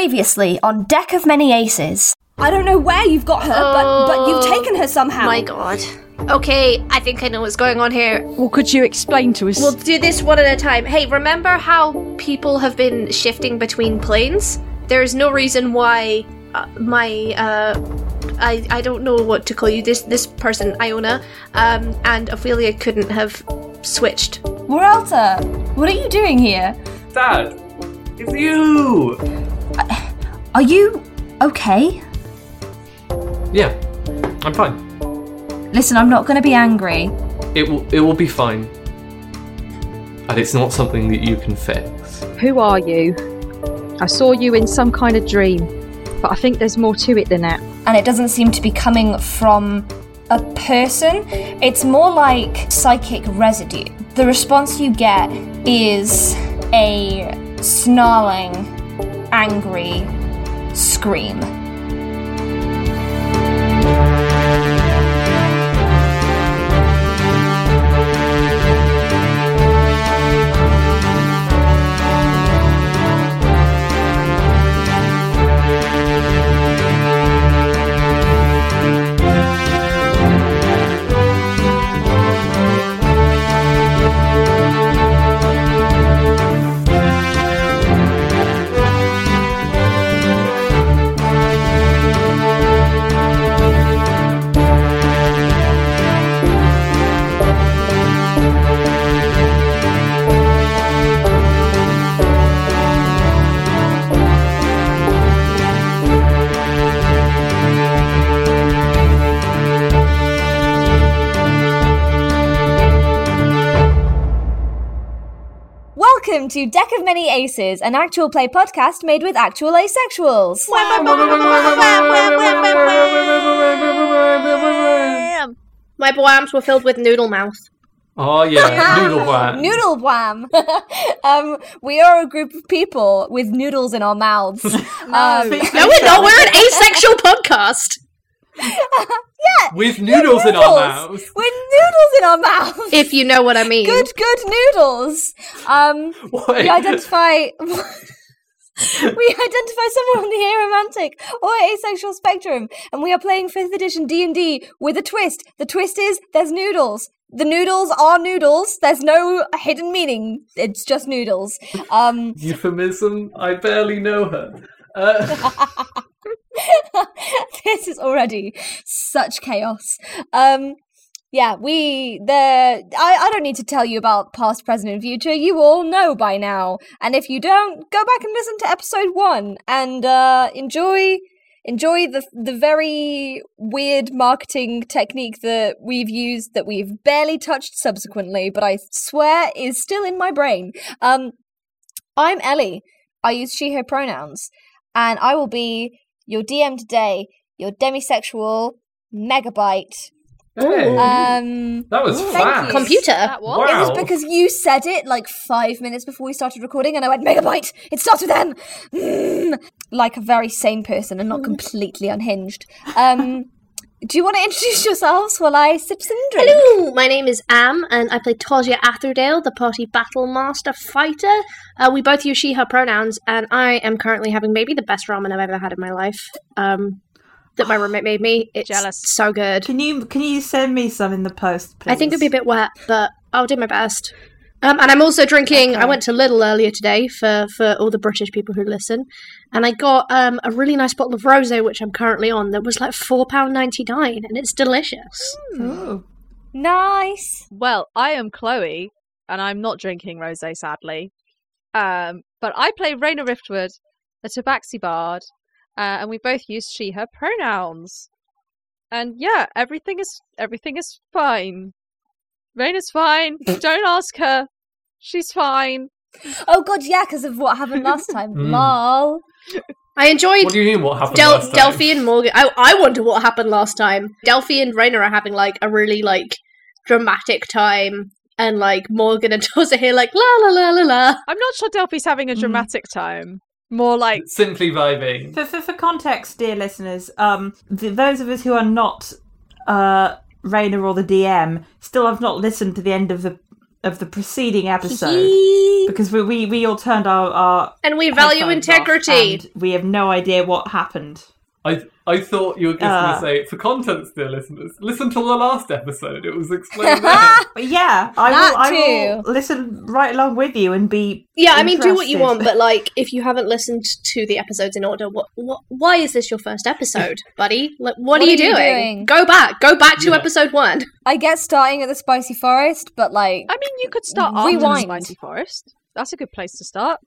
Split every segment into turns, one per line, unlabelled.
Previously on Deck of Many Aces.
I don't know where you've got her, but but you've taken her somehow.
My god. Okay, I think I know what's going on here.
Well, could you explain to us?
We'll do this one at a time. Hey, remember how people have been shifting between planes? There's no reason why uh, my uh I, I don't know what to call you. This this person, Iona, um, and Ophelia couldn't have switched.
Moralta, what are you doing here?
Dad, it's you.
Are you okay?
Yeah, I'm fine.
Listen, I'm not going to be angry.
It will it will be fine. And it's not something that you can fix.
Who are you? I saw you in some kind of dream, but I think there's more to it than that.
And it doesn't seem to be coming from a person. It's more like psychic residue. The response you get is a snarling, angry scream. Welcome to Deck of Many Aces, an actual play podcast made with actual asexuals.
My boams were filled with noodle mouth.
Oh yeah, noodle whack.
Noodle wham! um, we are a group of people with noodles in our mouths. um,
No, we're not. We're an asexual podcast.
With noodles in our mouths.
With noodles in our mouths.
If you know what I mean.
good, good noodles. Um,
Wait.
we identify. we identify someone on the aromantic or asexual spectrum, and we are playing fifth edition D and D with a twist. The twist is there's noodles. The noodles are noodles. There's no hidden meaning. It's just noodles. Um,
Euphemism. I barely know her. Uh,
this is already such chaos. Um, yeah, we the I, I don't need to tell you about past, present, and future. You all know by now. And if you don't, go back and listen to episode one and uh, enjoy enjoy the the very weird marketing technique that we've used that we've barely touched subsequently, but I swear is still in my brain. Um, I'm Ellie. I use she/her pronouns, and I will be your DM today. Your demisexual megabyte.
hey,
Um,
that was
thank
fast.
you.
Computer.
That what?
It was
Wow.
because you said it like five minutes before we started recording, and I went megabyte. It starts with M, Mm, like a very sane person and
Mm.
not completely unhinged. Um, do you want to introduce yourselves while I sip some drink?
Hello, my name is Am, and I play Tasia Atherdale, the party battle master fighter. Uh, we both use she, her pronouns, and I am currently having maybe the best ramen I've ever had in my life. Um, that my roommate made me. It's
Jealous.
so good.
Can you can you send me some in the post, please?
I think it'd be a bit wet, but I'll do my best. Um, and I'm also drinking. I went to Lidl earlier today for, for all the British people who listen, and I got um, a really nice bottle of rosé, which I'm currently on. That was like four pound ninety nine, and it's delicious.
Oh.
Ooh.
Nice.
Well, I am Chloe, and I'm not drinking rosé, sadly. Um, but I play Raina Riftwood, a Tabaxi bard, uh, and we both use she/her pronouns. And yeah, everything is everything is fine. Raina's fine. Don't ask her. She's fine.
Oh god, yeah, because of what happened last time.
Mm.
Lol.
I enjoyed
What do you mean? What happened
Del-
last time?
Delphi and Morgan. I, I wonder what happened last time. Delphi and Rainer are having like a really like dramatic time, and like Morgan and Toz are here like la la la la la.
I'm not sure Delphi's having a
Mm.
dramatic time. More like
Simply vibing.
For, for for context, dear listeners, um, th those of us who are not uh Rainer or the DM still have not listened to the end of the of the preceding episode because we, we we all turned our our
And we value
headphones off
integrity.
and we have no idea what happened.
I I thought you were just
Uh.
going to say for contents, dear listeners, listen to the last episode. It was explained. there.
But yeah, I
That
will, I
too.
will listen right along with you and be
yeah, I mean, do what you
interested.
want, but like, if you haven't listened to the episodes in order, what, what why is this your first episode, buddy? Like, what, are, you doing?
doing?
Go back, go back to
Yeah.
episode one.
I get starting at the spicy forest, but like,
I mean, you could start
Rewind.
after the Mighty Forest. That's a good place to start.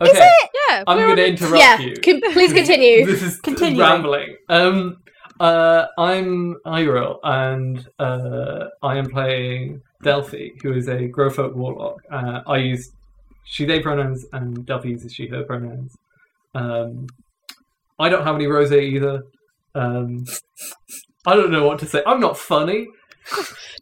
okay,
Yeah,
I'm
we're
going
on
to
a-
interrupt
yeah,
you.
can, please continue.
this is
Continue.
rambling. Um, uh, I'm Iril, and uh, I am playing Delphi, who is a Growfolk warlock. Uh, I use she/they pronouns, and Delphi uses she/her pronouns. Um, I don't have any rose either. Um, I don't know what to say. I'm not funny.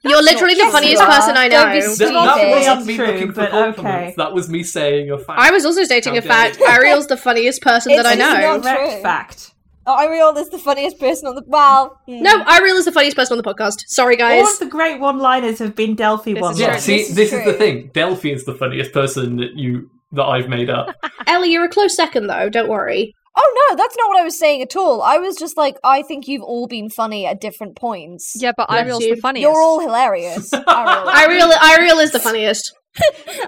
You're literally the
Yes,
funniest
you are.
person I
Don't be
know.
s-
That, that
Stupid.
wasn't me
True,
looking for
but
compliments.
okay.
That was me saying a fact.
I was also stating
How
a
dare
fact.
you.
Ariel's the funniest person that I
It's
know.
not-
Correct
True.
fact.
Ariel is the funniest person on the. Well, hmm.
No, Ariel is the funniest person on the podcast. Sorry,
All of
guys.
the great one-liners have been Delphi
This is
ones.
yeah,
Sure,
see,
this
this,
is
is,
true.
the thing. Delphi is the funniest person that you that I've made up.
Ellie, you're a close second, though. Don't worry.
Oh no, that's not what I was saying at all. I was just like, I think you've all been funny at different points.
Yeah, but
Bless
Ariel's
you.
the funniest.
You're all hilarious. Ariel,
Ariel, Ariel is the funniest.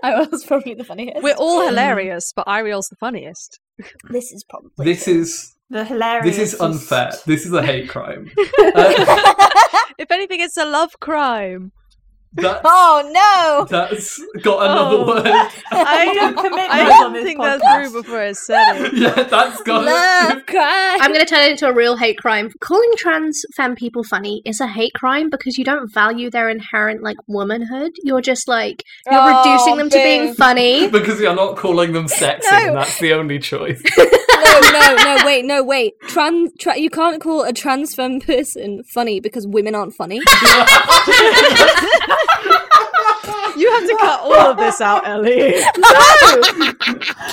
Ariel's probably the funniest.
We're all hilarious, but Ariel's the funniest.
This is probably
This is
The hilarious.
this is unfair. This is a hate crime. Uh,
If anything, it's a love crime.
that,
Oh no!
has got another
Oh.
word.
We
I,
don't commit
I
murder on
don't
this
think
podcast.
that's through before it's said.
yeah, that's got
Love crime.
I'm going to turn it into a real hate crime. Calling trans femme people funny is a hate crime because you don't value their inherent like womanhood. You're just like you're
Oh,
reducing them to being
boo.
funny.
because you're not calling them sexy.
No.
and That's the only choice.
no, no, no, wait, no, wait. Trans, tra- you can't call a trans femme person funny because women aren't funny.
You have to cut all of this out, Ellie.
Keep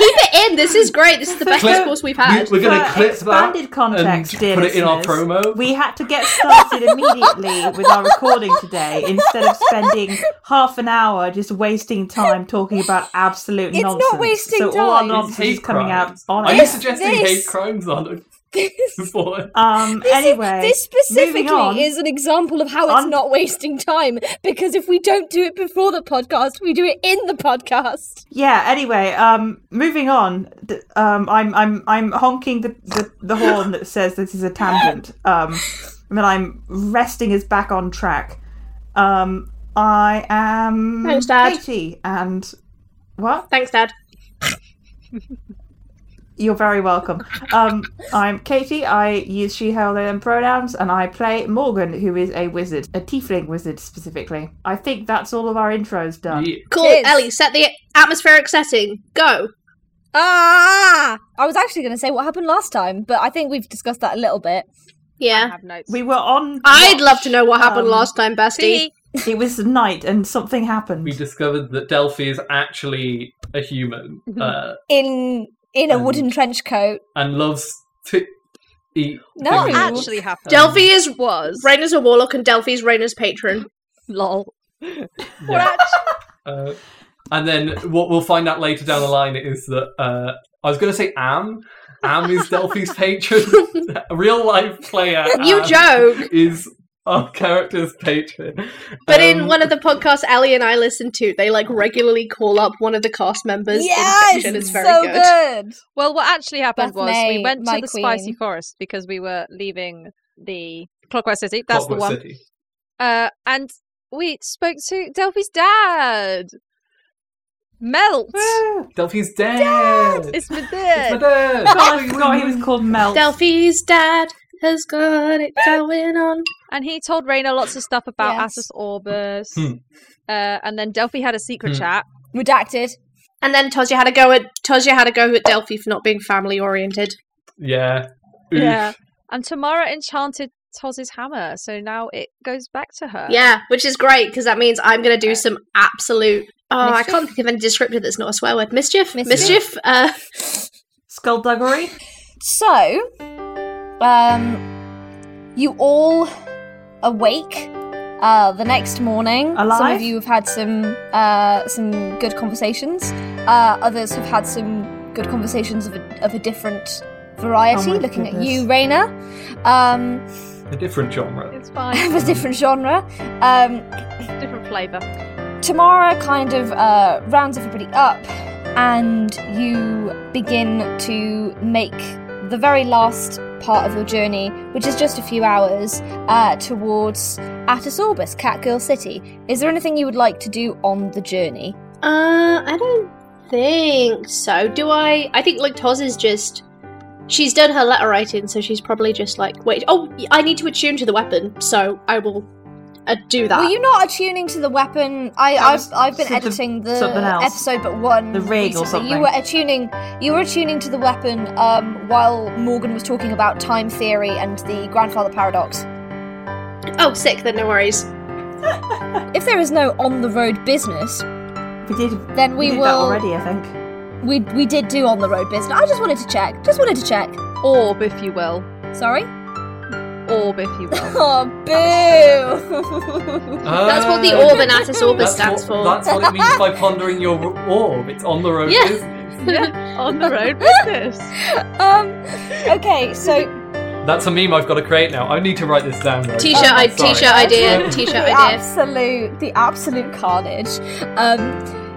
it in. This is great. This is the best
Claire,
discourse we've had.
We, are going
For
to clip that
expanded context,
and
dear
put it in our
listeners,
promo.
We had to get started immediately with our recording today instead of spending half an hour just wasting time talking about absolute
It's not
nonsense.
wasting
so all our
time.
It's
nonsense is
hate
coming out
crimes.
on
Are
it.
you suggesting
This-
hate crimes on it before?
Um.
This is-
anyway,
this specifically
moving on.
is an example of how it's
On-
not wasting time because if we don't do it before the podcast, we do it in the podcast.
Yeah. Anyway, um, moving on. th- Um, I'm I'm I'm honking the, the, the horn that says this is a tangent. Um, and then I'm resting us back on track. Um, I am
Thanks, Dad.
Katie, and what?
Thanks, Dad.
You're very welcome. Um, I'm Katie. I use she, her, they, and pronouns, and I play Morgan, who is a wizard, a tiefling wizard specifically. I think that's all of our intros done.
Yeah.
Cool,
Cheers.
Ellie. Set the atmospheric setting. Go.
Ah! I was actually going to say what happened last time, but I think we've discussed that a little bit.
I
Yeah.
have notes.
We were on.
I'd
watch.
love to know what happened
um,
last time, bestie.
It was night, and something happened.
We discovered that Delphi is actually a human uh,
In in a
Um,
wooden trench coat.
and loves to eat.
No,
What
things.
actually happened?
Delphi is
was
Raina's a warlock and Delphi's Raina's patron.
lol.
Yeah. Uh, and then what we'll find out later down the line is that uh, I was going to say Am. Am is Delphi's patron. Real life player.
You
Am
joke.
Is our character's patron.
But
um,
in one of the podcasts Ellie and I listen to, they like regularly call up one of the cast members in
Yes,
fiction. It's very
so
good.
good.
Well, what actually happened
Beth
was
May,
we went
my
to the spicy
queen.
forest because we were leaving the Clockwise City. That's
Clockwork
the one.
City.
Uh, and we spoke to Delphi's dad. Melt.
Woo!
Delphi's dead.
it's my
It's my
dad.
dad.
God, I forgot he was called Mel.
Delphi's dad has got it going on.
And he told Raina lots of stuff about
Yes.
Assus Orbus.
Hmm.
Uh, and then Delphi had a secret
Hmm.
chat.
Redacted.
And then tells you how to go at tells you how to go at Delphi for not being family oriented.
yeah. Oof.
Yeah. And Tamara enchanted Toz's hammer, so now it goes back to her.
Yeah, which is great because that means I'm going to do some absolute. Oh,
Mischief?
I can't think of any descriptor that's not a swear word. Mischief,
Mischief.
mischief. Uh,
Skullduggery.
So, um, you all awake Uh, the next morning, some
Alive?
of you have had some uh, some good conversations. Uh, others have had some good conversations of a, of a different variety.
Oh my
looking at
goodness.
you, Raina, um,
A different genre.
It's fine.
of a different genre. Um,
Different flavour.
Tamara kind of uh, rounds everybody up, and you begin to make the very last part of your journey, which is just a few hours, uh, towards Atis Orbis, Catgirl City. Is there anything you would like to do on the journey?
Uh, I don't think so. Do I? I think like Toz is just. She's done her letter writing, so she's probably just like, wait. Oh, I need to attune to the weapon, so I will uh, do that.
Were you not attuning to the weapon? I,
That was
I've, I've been
something-
editing the
something else.
episode, but one
The rig or
recently.
something.
You were attuning. You were attuning to the weapon um, while Morgan was talking about time theory and the grandfather paradox.
Oh, sick. Then no worries.
If there is no on the road business,
We did.
then
We,
we
did that
will.
already, I think.
We we did do on the road business. I just wanted to check. Just wanted to check.
Orb, if you will.
Sorry.
Orb, if you will.
Oh boo!
Uh.
That's what the
Ah,
orb and Atis Orbis
that's
stands
what-
for.
That's what it means by pondering your orb. It's on the road
Yeah.
business.
On the road business.
um. Okay. So
That's a meme I've got to create now. I need to write this down. though.
T-shirt,
I'm
I-
sorry.
t-shirt idea, t-shirt
the
idea.
absolute the absolute carnage. Um.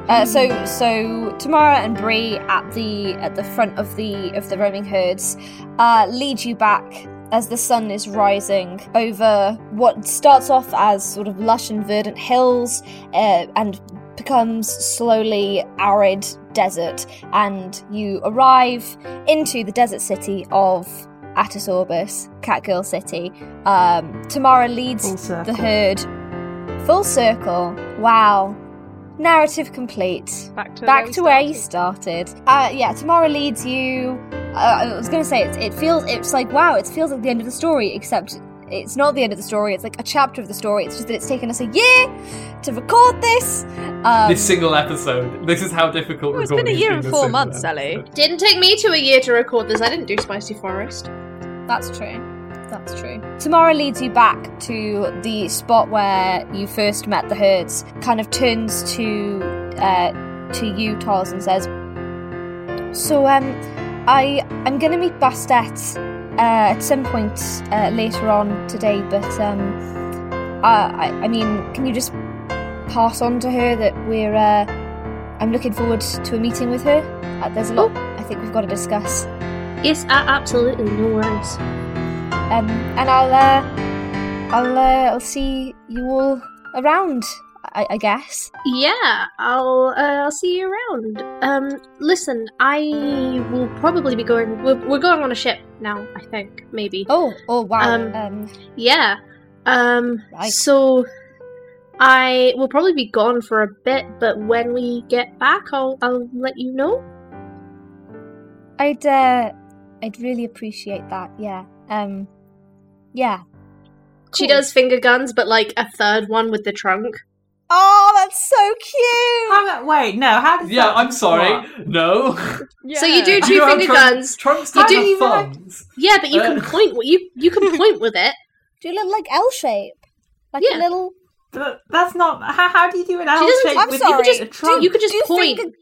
Uh, so so Tamara and Bree at the at the front of the of the roaming herds uh, lead you back as the sun is rising over what starts off as sort of lush and verdant hills uh, and becomes slowly arid desert and you arrive into the desert city of Atis Orbis, Catgirl City. Um, Tamara leads
Full circle.
the herd full circle. Wow. Narrative complete.
Back to
Back to where you
started.
started. Uh, yeah, Tamara leads you. Uh, I was going to say, it, it feels, it's like, wow, it feels like the end of the story, except it's not the end of the story. It's like a chapter of the story. It's just that it's taken us a year to record this. Um,
This single episode. This is how difficult.
Well, Oh, it's been a
recording
year
has
and
this
four
single
months,
episode.
Ellie.
Didn't take me to a year to record this. I didn't do Spicy Forest.
That's true. That's true. Tamara leads you back to the spot where you first met the herds. Kind of turns to uh, to you, Tars, and says, "So, um, I I'm gonna meet Bastet uh, at some point uh, later on today, but um, I, I I mean, can you just pass on to her that we're uh, I'm looking forward to a meeting with her. Uh, there's a lot I think we've got to discuss."
Yes, a- absolutely, no worries.
Um, and I'll, uh, I'll, uh, I'll see you all around. I, I guess.
Yeah, I'll uh, I'll see you around. Um, listen, I will probably be going. We're, we're going on a ship now, I think. Maybe.
Oh, oh wow.
Um,
Um,
Yeah. Um.
Right.
So, I will probably be gone for a bit, but when we get back, I'll I'll let you know.
I'd, uh, I'd really appreciate that. Yeah. Um, yeah.
She
Cool.
does finger guns, but like a third one with the trunk.
Oh, that's so cute.
How, wait, no. How does
Yeah,
that
I'm sorry.
work?
No.
So you do
Yeah.
two
You are
finger
trun-
guns.
Trunks
You
don't
do-
have
You like-
thumbs.
Yeah, but you can
Uh.
point. You you can point with it.
Do you look like L shape? Like
Yeah.
a little.
Th- That's not. How, how do you do an owl
doesn't-
shape
I'm
with
sorry,
you
just-
a
do
trunk?
You could just
do
point.
finger-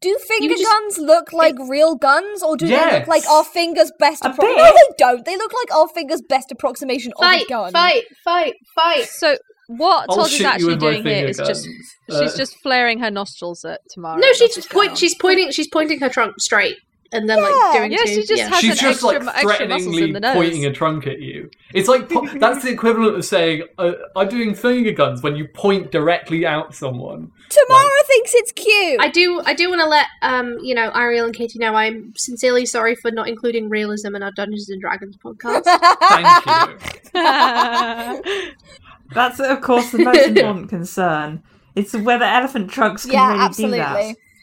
Do finger
just-
guns look like real guns, or do they
Yes.
look like our fingers' best
A
approximation? No,
bit.
they don't. They look like our fingers' best approximation
Fight!
of a gun.
Fight! Fight! Fight!
So what
I'll
Todd is
shoot Oh, you
actually
with my
doing here
finger
is
guns.
just
Uh,
she's just flaring her nostrils at Tamara.
No,
That's
she's
what's going
point.
on.
She's pointing. She's pointing her trunk straight, and then
Yeah.
like doing.
Yeah,
two,
she just
yeah.
has
Uh, She's
an
just
extra,
like
extra muscles in
threateningly
the nose.
pointing a trunk at you. It's like po- that's the equivalent of saying uh, I'm doing finger guns when you point directly out someone.
Tamara thinks it's cute.
I do. I do want to let um, you know, Ariel and Katie know I'm sincerely sorry for not including realism in our Dungeons and Dragons podcast.
Thank you.
That's of course the most important concern. It's whether elephant trunks can
yeah,
really
absolutely.
do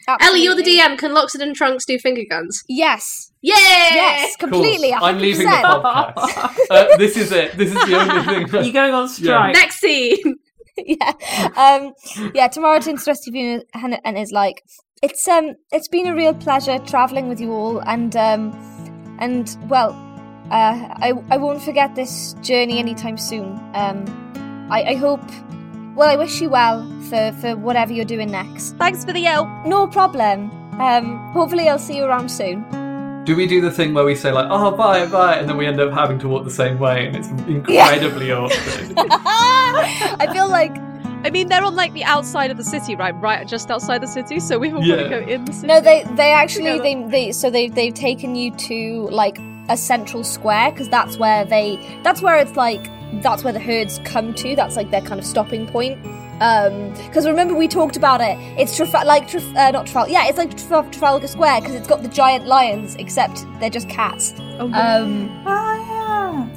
that.
Ellie, you're the
Absolutely.
DM. Can Loxodon and Trunks do finger guns?
Yes.
Yay!
Yes,
Cool.
completely.
I'm leaving the
100%.
podcast. uh, this is it. This is the only thing.
You're going on strike.
Next scene.
yeah. Um, yeah, Tamara turns to the rest of you and, and is like, it's um, it's been a real pleasure traveling with you all, and um, and well, uh, I I won't forget this journey anytime soon. Um, I, I hope. Well, I wish you well for, for whatever you're doing next.
Thanks for the help.
No problem. Um, hopefully, I'll see you around soon.
Do we do the thing where we say like, "Oh, bye, bye," and then we end up having to walk the same way, and it's incredibly awkward?
I feel like
I mean, they're on like the outside of the city, right? Right, just outside the city. So we've all got to
Yeah.
go in the city.
no, they they actually
Together.
they, they so they they've taken you to like a central square because that's where they that's where it's like that's where the herds come to. That's like their kind of stopping point. Because remember we talked about it. It's Traf- like Traf- uh, not Trafalgar. Yeah, it's like Traf- Trafalgar Square because it's got the giant lions, except they're just cats.
Oh,
Um,
Ah, yeah.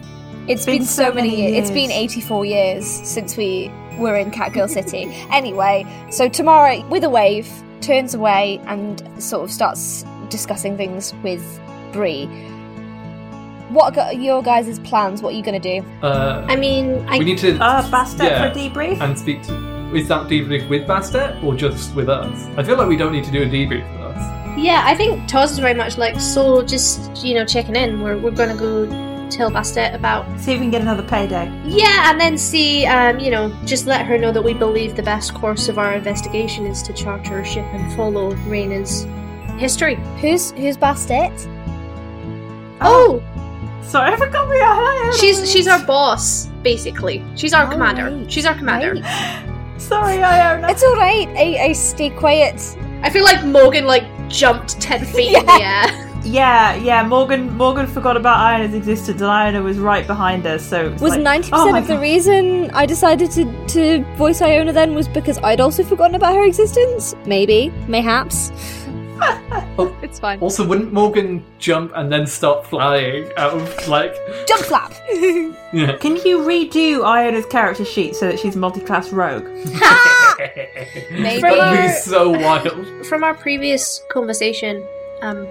It's been, so many, years. It's been 84 years since we were in Catgirl City. Anyway, so Tamara, with a wave, turns away and sort of starts discussing things with Bree. What are your guys' plans? What are you going to do?
Uh,
I mean, I
we need to
Uh, Bastet
Yeah.
for debrief.
and speak to. Is that debrief with Bastet or just with us? I feel like we don't need to do a debrief with us.
yeah, I think Toz is very much like so. Just you know, checking in. We're we're gonna go tell Bastet about
See if we can get another payday.
yeah, and then see um you know just let her know that we believe the best course of our investigation is to charter a ship and follow Raina's history.
Who's w's Bastet?
Oh,
Sorry, I forgot we are here.
she's she's our boss basically. She's our
Oh,
commander.
right,
She's our commander.
Right.
Sorry, Iona.
It's all right. I, I stay quiet.
I feel like Morgan like jumped ten feet in the air.
Yeah, yeah. Morgan, Morgan forgot about Iona's existence, and Iona was right behind us. So it's
Was
like,
90%
oh my
of the
God.
reason I decided to, to voice Iona then was because I'd also forgotten about her existence? Maybe. Mayhaps.
it's fine.
Also, wouldn't Morgan jump and then start flying out of like?
Jump flap!
Yeah.
Can you redo Iona's character sheet so that she's multi-class rogue?
Maybe. That'd be so wild.
From our previous conversation, um,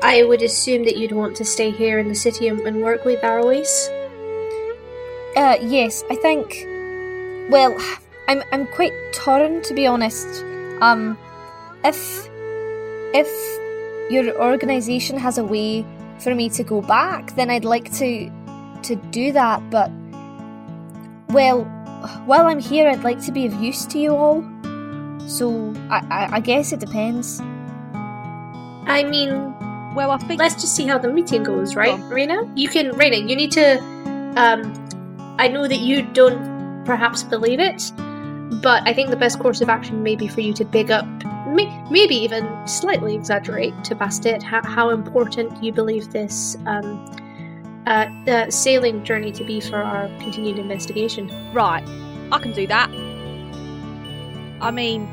I would assume that you'd want to stay here in the city and, and work with Arois.
Uh, yes, I think. Well, I'm I'm quite torn to be honest. Um, if if your organisation has a way for me to go back, then I'd like to to do that. But well, while I'm here, I'd like to be of use to you all. So I I, I guess it depends.
I mean,
Well, I think
let's just see how the meeting goes, right, Reina? You can, Reina. You need to. Um, I know that you don't perhaps believe it, but I think the best course of action may be for you to big up, may, maybe even slightly exaggerate to Bastet how, how important you believe this um, uh, uh, sailing journey to be for our continued investigation.
right. I can do that. I mean,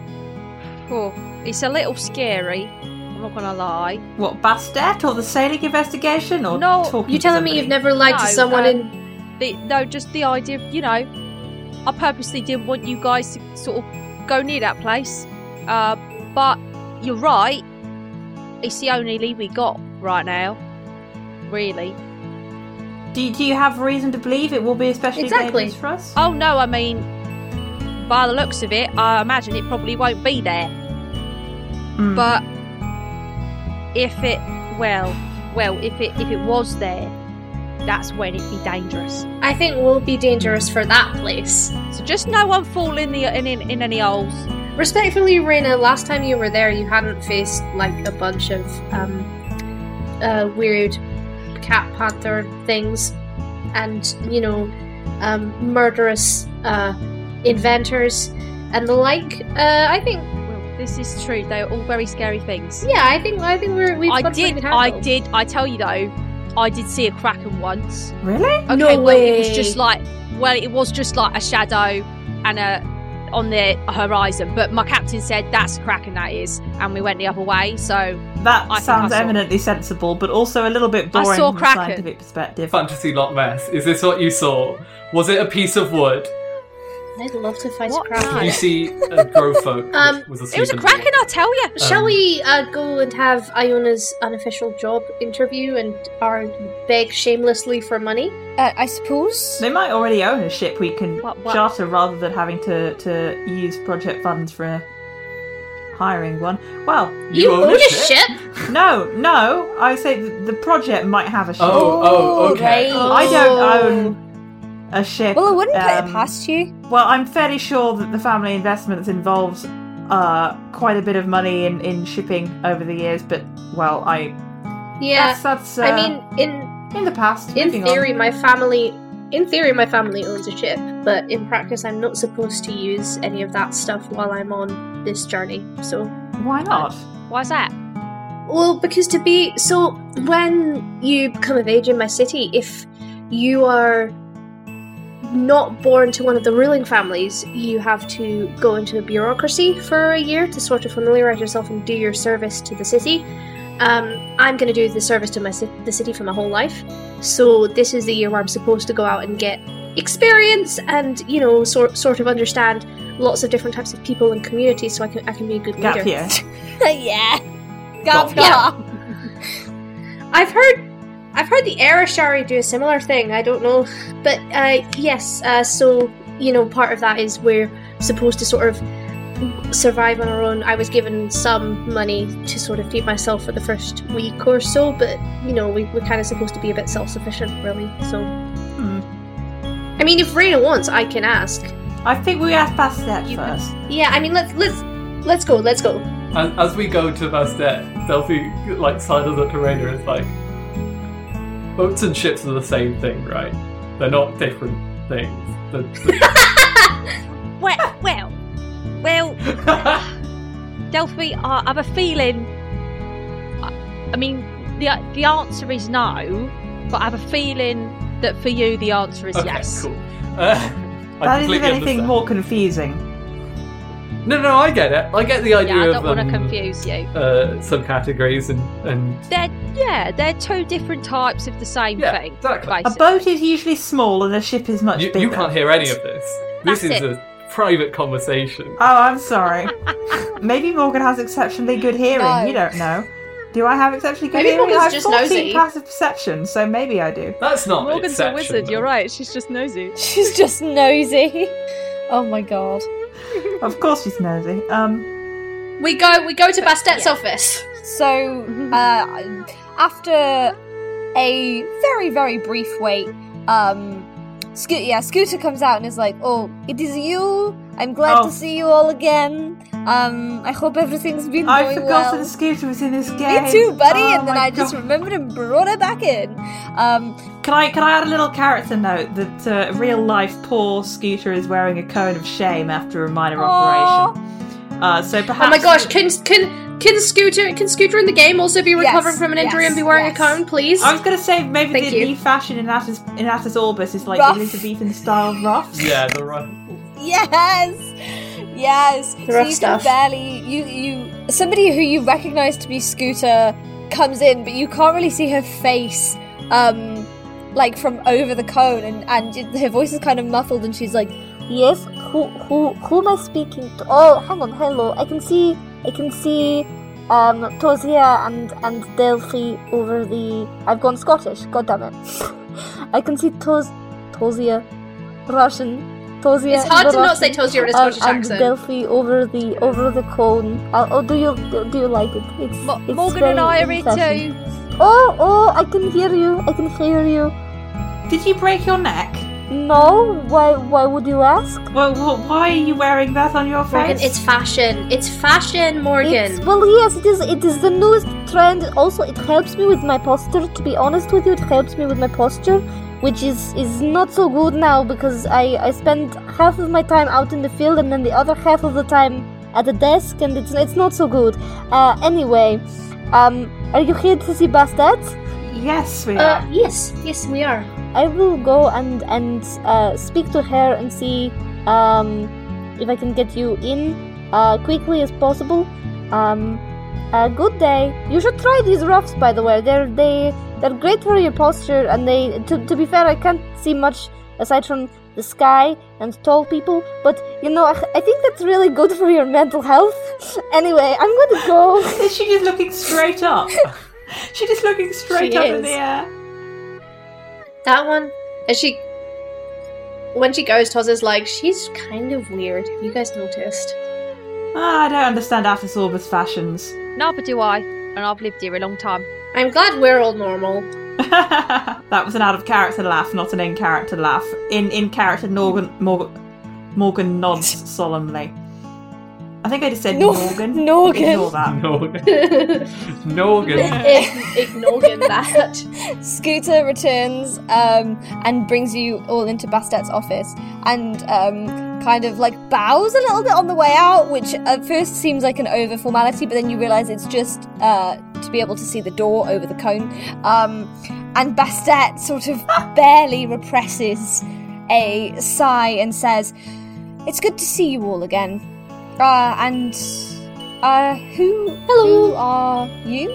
oh, it's a little scary. I'm not gonna lie.
What Bastet or the sailing investigation or
No,
talking
You
to
telling me you've
somebody?
never lied
No,
to someone
um,
in?
The, no, just the idea of you know, I purposely didn't want you guys to sort of go near that place. Uh, but you're right. It's the only lead we got right now. Really.
Do, do you have reason to believe it will be especially
Exactly.
dangerous for us?
Oh no, I mean, by the looks of it, I imagine it probably won't be there.
Mm.
But if it, well, well, if it if it was there, that's when it'd be dangerous.
I think will be dangerous for that place.
So just no one fall in the in in, in any holes.
Respectfully, Reina, last time you were there, you hadn't faced like a bunch of um, uh, weird cat panther things, and you know, um, murderous uh, inventors and the like. Uh, I think,
Well, this is true. They are all very scary things.
yeah, I think, I think we're we've
I
got something
did,
to
I
handle.
did, I tell you though, I did see a kraken once.
really?
Okay,
No
well, it was
way.
just like, well, it was just like a shadow and a on the horizon. But my captain said that's a kraken that is, and we went the other way. So
That
I think
sounds
I saw-
eminently sensible, but also a little bit
I
boring
saw
from
Kraken.
a scientific perspective.
Fantasy lot mess. Is this what you saw? Was it a piece of wood?
I'd love to fight
What?
a
Did you
kraken.
see a grow folk? which
Um,
was
it was a
sleeping
kraken, I tell you.
Shall we uh, go and have Iona's unofficial job interview and our beg shamelessly for money?
Uh, I suppose.
They might already own a ship we can
What- what-
charter rather than having to, to use project funds for hiring one. Well,
You, own a ship?
no, no. I say the, the project might have a ship.
Oh, oh,
Oh,
okay.
right.
I don't own a ship.
Well, I wouldn't put
um,
it past you.
Well, I'm fairly sure that the family investments involves uh, quite a bit of money in, in shipping over the years, but well, I
Yeah,
that's, that's uh,
I mean, in
in the past.
in
moving on.
theory, my family. In theory, my family owns a ship, but in practice, I'm not supposed to use any of that stuff while I'm on this journey. So
why not?
Why's that?
Well, because to be so, when you come of age in my city, if you are not born to one of the ruling families, you have to go into a bureaucracy for a year to sort of familiarize yourself and do your service to the city. Um, I'm going to do the service to my ci- the city for my whole life, so this is the year where I'm supposed to go out and get experience and you know sort sort of understand lots of different types of people and communities, so I can I can be a good leader.
Gap year.
yeah. Gop,
Yeah.
gop.
I've heard, I've heard the Arashari do a similar thing. I don't know, but uh, yes. Uh, so you know, part of that is we're supposed to sort of survive on our own. I was given some money to sort of feed myself for the first week or so, but you know, we, we're kind of supposed to be a bit self-sufficient, really. So,
Hmm.
I mean, if Raina wants, I can ask.
I think we asked Bastet
You-
first.
Yeah, I mean, let's let's let's go, let's go.
As, as we go to Bastet, Delphi like sidles up to Rainer and is like, boats and ships are the same thing, right? They're not different things. They're-
Well, well, well,
they're-
Delphi, I have a feeling. I, I mean, the the answer is no, but I have a feeling that for you the answer is
okay,
yes.
cool. Uh, I
That isn't
completely
anything
understand.
more confusing.
No, no, I get it. I get the idea
Yeah, I
of
don't want
um,
to confuse you.
uh, subcategories and and
They're yeah, they're two different types of the same
Yeah,
thing.
exactly.
A
Basically.
boat is usually small and a ship is much
you,
bigger.
you can't hear any of this. This
That's Uh,
is a private conversation.
Oh, I'm sorry. Maybe Morgan has exceptionally good hearing.
No.
You don't know. Do I have exceptionally good
Maybe
hearing?
Morgan's
I have
just
14
nosy.
passive perception, so maybe I do.
That's not an
Morgan's a
exception,
wizard.
though.
You're right. She's just nosy.
She's just nosy. Oh my god.
Of course she's nosy. Um,
We go, we go to Bastet's office.
So, uh, after a very, very brief wait, um, Sco- yeah, Scooter comes out and is like, "Oh, it is you. I'm glad
Oh.
to see you all again. Um, I hope everything's been
I've
going
forgotten
well."
Scooter was in this game.
Me too, buddy.
Oh
and then
my
I just
God.
remembered and brought her back in. Um,
Can I can I add a little character note that uh, real life poor Scooter is wearing a cone of shame after a minor
Aw.
operation. Uh, so perhaps.
Oh my gosh, can can can Scooter can Scooter in the game also be
Yes,
recovering from an injury
yes,
and be wearing
yes.
a cone, please?
I was gonna say maybe
Thank
the,
you.
the fashion in Atas in Atas Orbis is like
Ruff.
Elizabethan style ruffs.
Yeah, the right.
Yes, yes.
The rough
you
stuff.
can barely you you somebody who you recognise to be Scooter comes in, but you can't really see her face, um, like from over the cone, and and it- her voice is kind of muffled, and she's like, "Yes, who who who am I speaking to? Oh, hang on, hello. I can see I can see." Um, Tosia and and Delphi over the. I've gone Scottish. God damn it! I can see Tos, Tosia, Russian, Tosia.
it's hard
the
to not
Russian.
say Tosia in a
Um,
Scottish
and
accent.
Delphi over the over the cone. Uh, oh, do you do you like it? It's,
Mo-
it's
Morgan and
very
I are in
refreshing.
too.
Oh, oh, I can hear you. I can hear you.
Did you break your neck?
No, why why would you ask?
Well, wh- why are you wearing that on your face?
Morgan, it's fashion. It's fashion,
It's,
Morgan.
well, yes, it is. It is the newest trend. Also, it helps me with my posture. To be honest with you, it helps me with my posture, which is is not so good now because I I spend half of my time out in the field and then the other half of the time at the desk, and it's it's not so good. Uh, anyway, um, are you here to see Bastet?
yes, we
Uh,
are.
yes, yes, we are.
I will go and and uh, speak to her and see um, if I can get you in uh, quickly as possible. Um, uh, good day. You should try these ruffs, by the way. They're they they're great for your posture, and they to to be fair, I can't see much aside from the sky and tall people. But you know, I, I think that's really good for your mental health. anyway, I'm gonna go.
oh.
Is she just looking straight up? She's just looking straight
She
up in
is.
the air.
That one. And she, when she goes, Tosia's like, she's kind of weird. Have you guys noticed?
Ah, I don't understand Atas Orbis fashions.
No, but do I? And I've lived here a long time.
I'm glad we're all normal.
that was an out of character laugh, not an in character laugh. In in character, Morgan Morgan, Morgan nods solemnly. I think I just said
Nor-
Morgan.
Norgan.
Ignore
Ah.
that.
Norgan.
Ign-
Norgan.
Ignoring that.
Scooter returns um, and brings you all into Bastet's office and um, kind of like bows a little bit on the way out, which at first seems like an over formality, but then you realize it's just uh, to be able to see the door over the cone. Um, and Bastet sort of barely represses a sigh and says, It's good to see you all again. Uh, and uh, who, who are you?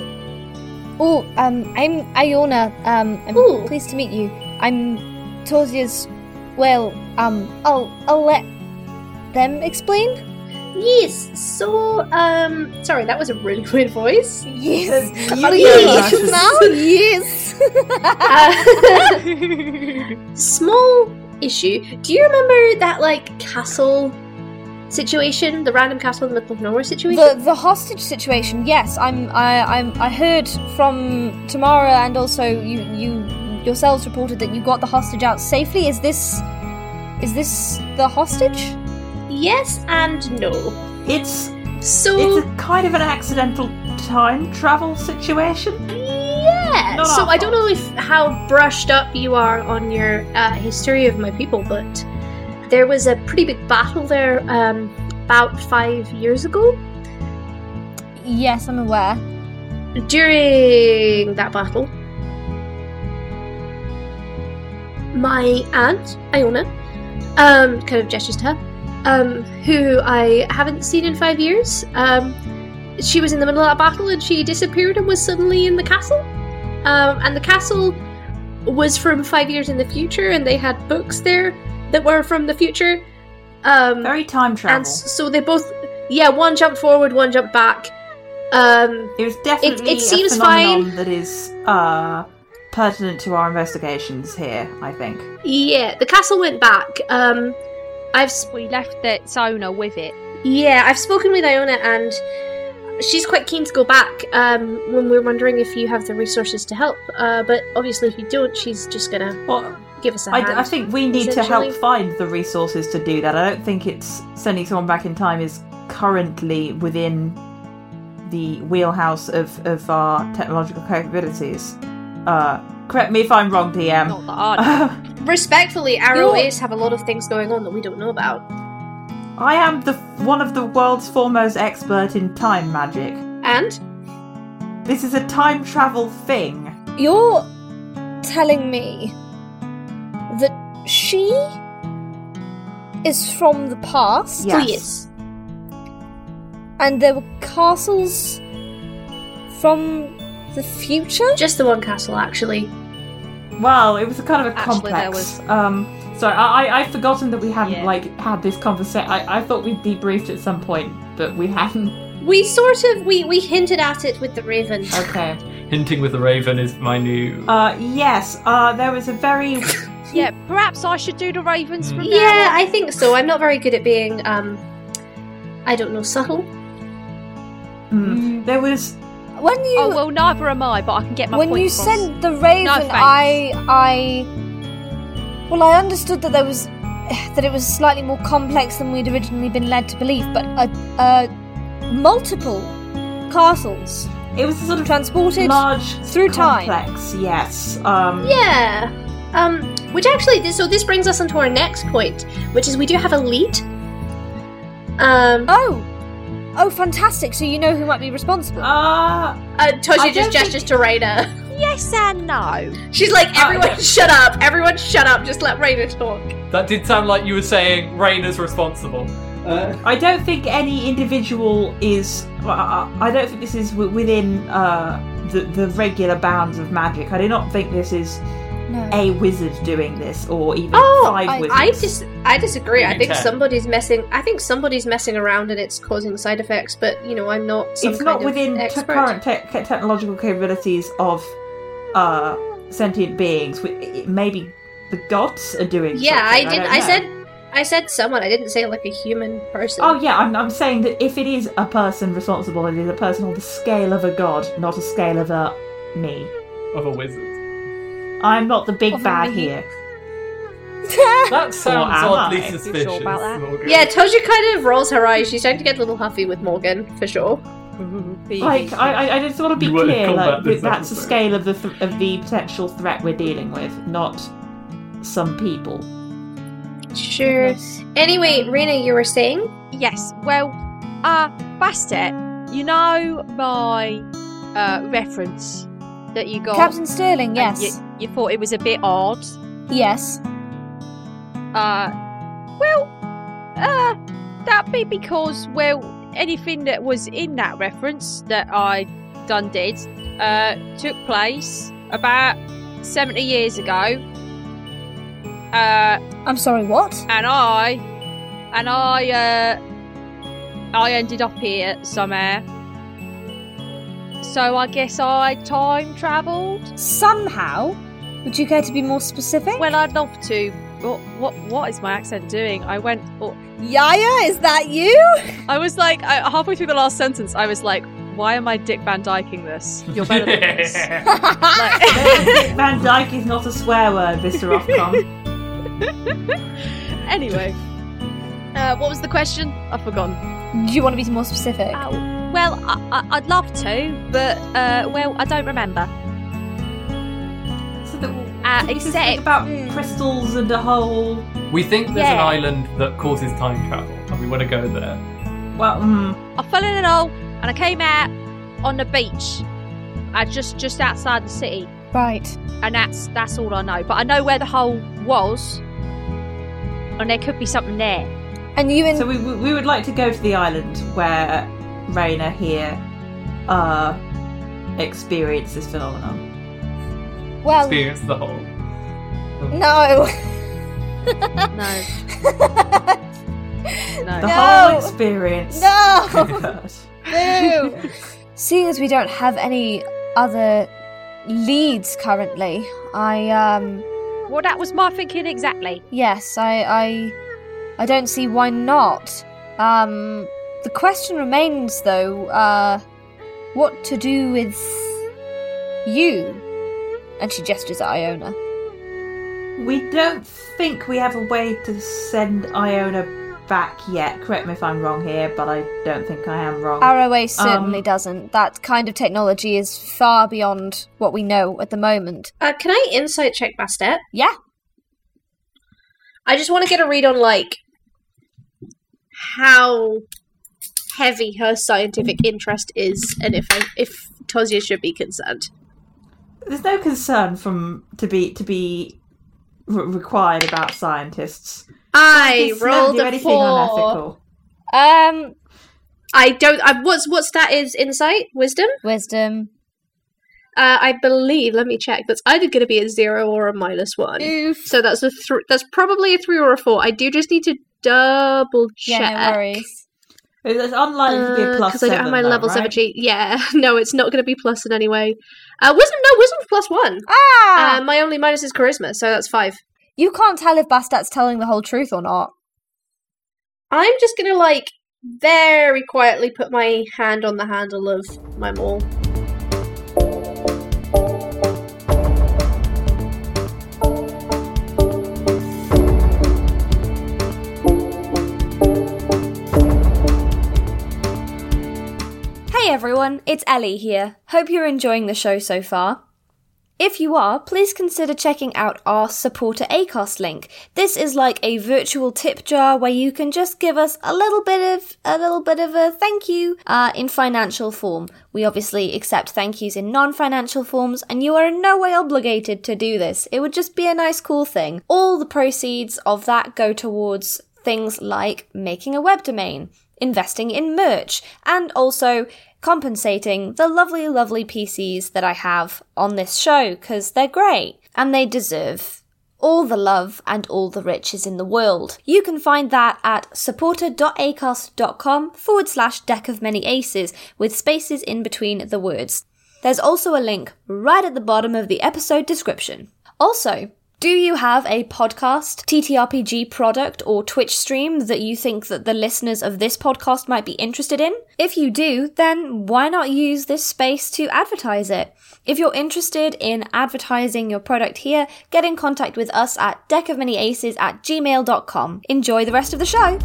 Oh, um, I'm Iona. Um, I'm
Ooh.
pleased to meet you. I'm Torsia's. Well, um, I'll I'll let them explain.
Yes, so, um, sorry, that was a really weird voice.
Yes,
You
Yes.
know that.
now yes.
Uh, small issue. Do you remember that, like, castle situation? The random castle in the middle of nowhere situation?
the the hostage situation. Yes, I'm I I'm I heard from Tamara and also you you yourselves reported that you got the hostage out safely. Is this is this the hostage?
yes and no.
It's
So,
it's a kind of an accidental time travel situation.
yeah.
Not
so,
our
I don't know if how brushed up you are on your uh, history of my people, but there was a pretty big battle there um, about five years ago.
Yes, I'm aware.
during that battle, my aunt Iona, um, kind of gestures to her, um, who I haven't seen in five years. Um, she was in the middle of that battle and she disappeared and was suddenly in the castle. Um, and the castle was from five years in the future, and they had books there that were from the future. Um,
Very time travel.
and s- so they both, yeah, one jumped forward, one jumped back. Um,
It was definitely
it seems
a phenomenon that is uh, pertinent to our investigations here. I think.
Yeah, the castle went back. Um, I've sp-
We left its owner with it.
yeah, I've spoken with Iona, and she's quite keen to go back. Um, when we're wondering if you have the resources to help, uh, but obviously if you don't, she's just gonna
Well,
give us a hand.
I, I think we need to help
essentially.
find the resources to do that. I don't think it's sending someone back in time is currently within the wheelhouse of, of our technological capabilities. Uh, correct me if I'm wrong, DM.
Not that
Uh,
I know.
I
Respectfully, our
You're-
OAs have a lot of things going on that we don't know about,
am the one of the world's foremost expert in time magic.
and
This is a time travel thing.
You're telling me that she is from the past
Oh,
Yes.
yes,
and there were castles from the future?
just the one castle actually.
Well, it was a kind of a
Actually,
complex.
there was-
Um, sorry, I, I I've forgotten that we hadn't
Yeah.
like had this conversation. I, I thought we debriefed at some point, but we hadn't.
We sort of we we hinted at it with the raven.
Okay.
Hinting with the Raven is my new.
Uh, yes. Uh, there was a very
Yeah, perhaps I should do the Ravens from now.
Yeah, I think so. I'm not very good at being um, I don't know, subtle.
Hmm. there was
When you
Oh well, neither am I, but I can get my
when
point
you
across.
sent the raven,
thanks.
I I well, I understood that there was that it was slightly more complex than we'd originally been led to believe, but uh, uh, multiple castles
it was a sort of
transported
large
through time.
complex. Yes. Um.
Yeah. Um, which actually, this, so this brings us onto our next point, which is we do have a lead. Um,
Oh! Oh, fantastic. So you know who might be responsible.
Uh,
uh,
I
Toshi
don't
just gestures to Raina.
yes and no.
She's like, everyone shut up, everyone shut up, just let Raina talk.
That did sound like you were saying Raina's responsible. Uh,
I don't think any individual is. well, I I don't think this is w- within uh, the the regular bounds of magic. I do not think this is
no.
a wizard doing this, or even
Oh,
five
I-
wizards.
I just, I disagree. I
You
think
can.
somebody's messing, I think somebody's messing around and it's causing side effects, but, you know, I'm not some
it's
kind
not
of
within t-
expert.
current te- ca- technological capabilities of uh, sentient beings. We- it- Maybe the gods are doing.
Yeah, I
something,
didn't,
don't
I
know.
said, I said someone, I didn't say like a human person.
Oh yeah, I'm, I'm saying that if it is a person responsible, it is a person on the scale of a god, not a scale of a me.
of a wizard.
I'm not the big
Well,
bad
maybe he-
here.
That sounds
am
oddly
I?
suspicious.
Sure about that?
Morgan.
Yeah, Toji kind of rolls her eyes. She's starting to get a little huffy with Morgan, for sure.
Like, I, I- I just want to be
You won't
clear.
combat
Like,
this
that's the
episode.
scale of the th- of the potential threat we're dealing with, not some people.
Sure. Anyway, Rena, you were saying?
Yes, well, uh, Bastet, you know my uh, reference that you got?
Captain Sterling,
and
yes.
You, you thought it was a bit odd.
Yes.
Uh, well, uh, that'd be because, well, anything that was in that reference that I done did uh, took place about 70 years ago. Uh,
I'm sorry, what?
and I and I uh, I ended up here somewhere. So I guess I time travelled.
Somehow? Would you care to be more specific?
Well, uh, I'd love to. What what what is my accent doing? I went. Oh,
Yaya, is that you?
I was like I, halfway through the last sentence. I was like, why am I Dick Van Dyking this? You're better than this.
Van Dyke is not a swear word, Mr. Ofcom.
Anyway, uh, what was the question? I've forgotten.
Do you want to be more specific?
Oh, well, I, I, I'd love to, but uh, well, I don't remember.
so the,
Uh,
this is
except
about crystals and a whole.
We think there's an
Yeah.
island that causes time travel, and we want to go there.
Well, mm,
I fell in an hole and I came out on the beach. I just just outside the city,
Right.
and that's that's all I know. But I know where the hole was, and there could be something there.
And you and
so we, we we would like to go to the island where Raina here uh, experienced this phenomenon.
well,
Experience the whole.
no.
No, no.
The
No.
whole experience.
no.
God.
Boo. Seeing as we don't have any other leads currently, I um
Well, that was my thinking exactly.
yes, I I I don't see why not. Um the question remains though, uh what to do with you? And she gestures at Iona.
We don't think we have a way to send Iona back yet. Correct me if I'm wrong here, but I don't think I am wrong.
Arroway certainly
Um,
doesn't. That kind of technology is far beyond what we know at the moment.
Uh, can I insight check Bastet?
Yeah.
I just want to get a read on, like, how heavy her scientific interest is and if I, if Tosia should be concerned.
There's no concern from to be to be re- required about scientists.
I
Scientists never
rolled
do
a
anything
four.
unethical.
Um
I don't. I, what's what's that? Is insight wisdom?
wisdom.
Uh, I believe. Let me check. That's either going to be a zero or a minus one.
Oof.
So that's a thr that's probably a three or a four. I do just need to double check.
Yeah, no worries.
It's it's unlikely to
Uh,
be a plus
Because I
seven.
don't have my
though,
level
right?
seven G. Yeah, no, it's not going to be plus in any way. Uh, wisdom, no, wisdom's plus one.
Ah!
Uh, my only minus is charisma, so that's five.
You can't tell if Bastat's telling the whole truth or not.
I'm just going to like very quietly put my hand on the handle of my maul.
Hey everyone, it's Ellie here. Hope you're enjoying the show so far. If you are, please consider checking out our supporter ACOS link. This is like a virtual tip jar where you can just give us a little bit of a little bit of a thank you uh, in financial form. We obviously accept thank yous in non-financial forms, and you are in no way obligated to do this. It would just be a nice cool thing. All the proceeds of that go towards things like making a web domain, investing in merch, and also compensating the lovely, lovely PCs that I have on this show because they're great and they deserve all the love and all the riches in the world. You can find that at supporter.acast.com forward slash deck of many aces with spaces in between the words. There's also a link right at the bottom of the episode description. Also, do you have a podcast, TTRPG product, or Twitch stream that you think that the listeners of this podcast might be interested in? If you do, then why not use this space to advertise it? If you're interested in advertising your product here, get in contact with us at deckofmanyaces at gmail.com. Enjoy the rest of the show!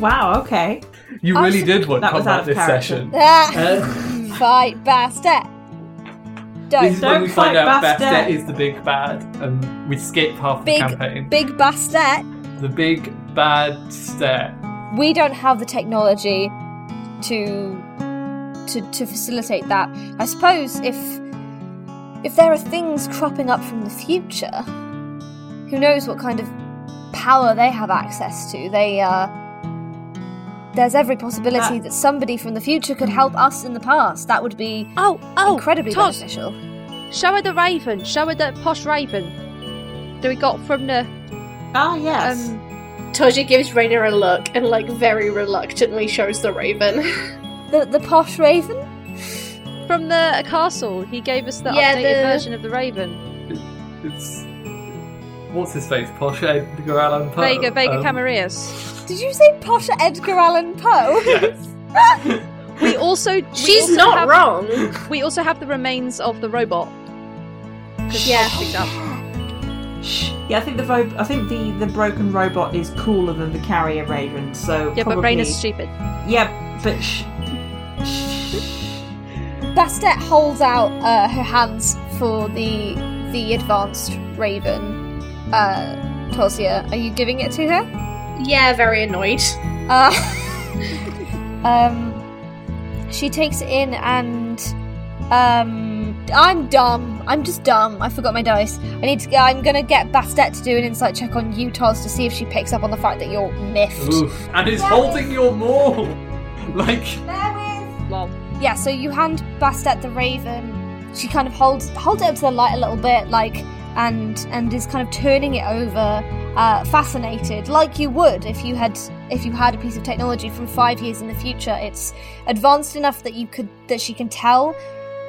Wow. Okay.
You really did want
That was out
combat
of
this
character.
session.
Ah,
Uh,
fight Bastet.
this is
Don't.
when we find
fight
out
Bastet.
Bastet is the big bad, and we skip half
Big-
the campaign.
Big Bastet.
The big bad stare.
We don't have the technology to to to facilitate that. I suppose if if there are things cropping up from the future, who knows what kind of power they have access to? They uh there's every possibility that somebody from the future could help us in the past. That would be
Oh, oh,
incredibly
Todd,
beneficial.
show her the raven. Show her the posh raven that we got from the.
Ah, yes.
Um,
Toji gives Rainer a look and, like, very reluctantly shows the raven.
The the posh raven?
from the castle, he gave us the
Yeah,
updated
the-
version of the Raven.
It's what's his face? Posh Edgar Allan Poe.
Vega, Vega
Um,
Camarias.
Did you say posh Edgar Allan Poe?
We also. we
She's
also
not
have-
wrong.
We also have the remains of the robot. 'Cause
Yeah.
she picked up.
Shh. Yeah, I think the vo- I think the, the broken robot is cooler than the carrier raven. So
Yeah, but
probably-
Rainer's stupid.
Yeah, but shh.
Bastet holds out uh, her hands for the the advanced raven. Uh, Tosia, are you giving it to her?
Yeah, very annoyed.
Uh, um, she takes it in and um, I'm dumb. I'm just dumb. I forgot my dice. I need to. I'm gonna get Bastet to do an insight check on you, Tos, to see if she picks up on the fact that you're miffed.
Oof. And is holding your maul. Like
Lol.
yeah, so you hand Bastet the raven. She kind of holds holds it up to the light a little bit, like, and and is kind of turning it over, uh, fascinated, like you would if you had if you had a piece of technology from five years in the future. It's advanced enough that you could that she can tell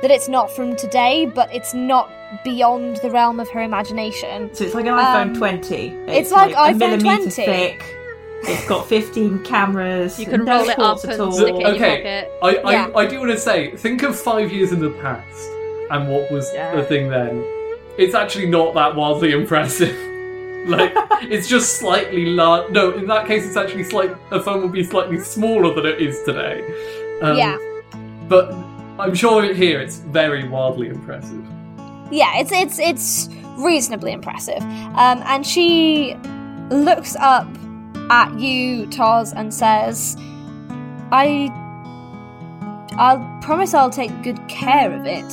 that it's not from today, but it's not beyond the realm of her imagination.
So it's like an iPhone
Um,
20.
it's like iPhone
a millimeter
20.
thick. It's got 15 cameras.
You can
no
roll it up
ports
and
at all.
stick it in
Okay.
your pocket.
I,
Yeah.
I, I do want to say, think of five years in the past and what was
Yeah.
the thing then. It's actually not that wildly impressive. like, it's just slightly large. No, in that case, it's actually slight. A phone would be slightly smaller than it is today. Um,
yeah,
But I'm sure here it's very wildly impressive.
yeah, it's it's it's reasonably impressive. Um, and she looks up at you, Tars, and says, "I, I'll promise I'll take good care of it.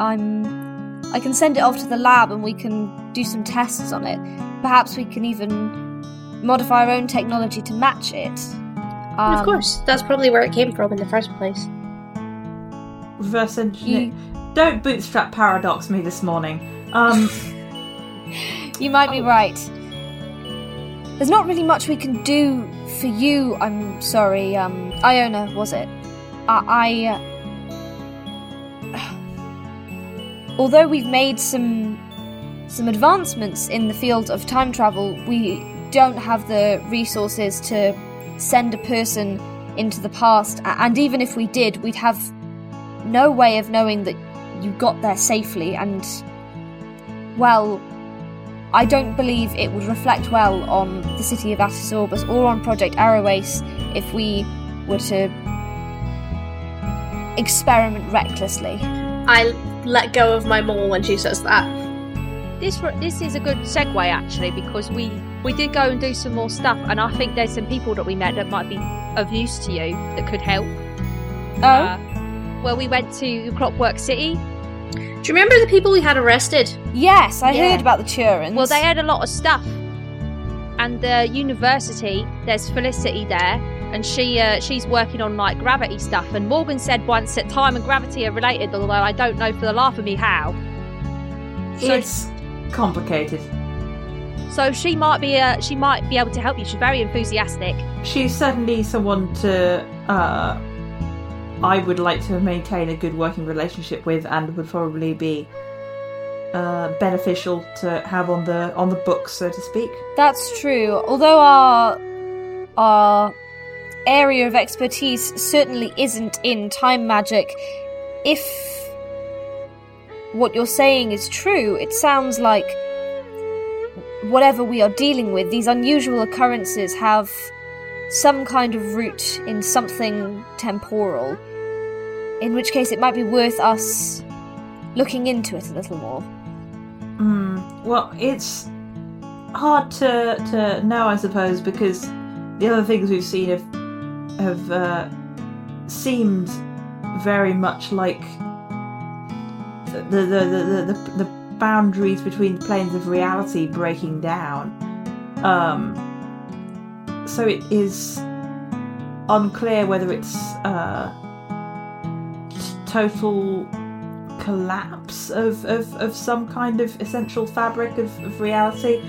I'm, I can send it off to the lab and we can do some tests on it. Perhaps we can even modify our own technology to match it." Um,
of course, that's probably where it came from in the first place.
Reverse engineer.
You-
Don't bootstrap paradox me this morning. Um,
You might be right. There's not really much we can do for you. I'm sorry, um, Iona, was it? I, I uh, uh, although we've made some some advancements in the field of time travel, we don't have the resources to send a person into the past. A- And even if we did, we'd have no way of knowing that you got there safely. And well. I don't believe it would reflect well on the city of Atasorbus or on Project Arrowace if we were to experiment recklessly.
I let go of my mole when she says that.
This re- this is a good segue actually because we we did go and do some more stuff, and I think there's some people that we met that might be of use to you that could help.
Oh,
Uh, well, we went to Clockwork City.
Do you remember the people we had arrested?
yes, I
yeah.
heard about the Turans.
Well, they had a lot of stuff, and the university. There's Felicity there, and she uh, she's working on like gravity stuff. And Morgan said once that time and gravity are related, although I don't know for the life of me how. So-
it's complicated.
So she might be uh, she might be able to help you. She's very enthusiastic.
She's certainly someone to. Uh, I would like to maintain a good working relationship with, and would probably be uh, beneficial to have on the on the books, so to speak.
That's true. Although our our area of expertise certainly isn't in time magic, if what you're saying is true, it sounds like whatever we are dealing with, these unusual occurrences have some kind of root in something temporal. In which case, it might be worth us looking into it a little more.
Mm. Well, it's hard to to know, I suppose, because the other things we've seen have have uh, seemed very much like the the, the, the, the, the boundaries between the planes of reality breaking down. Um, so it is unclear whether it's uh, t- total collapse of, of, of some kind of essential fabric of, of reality.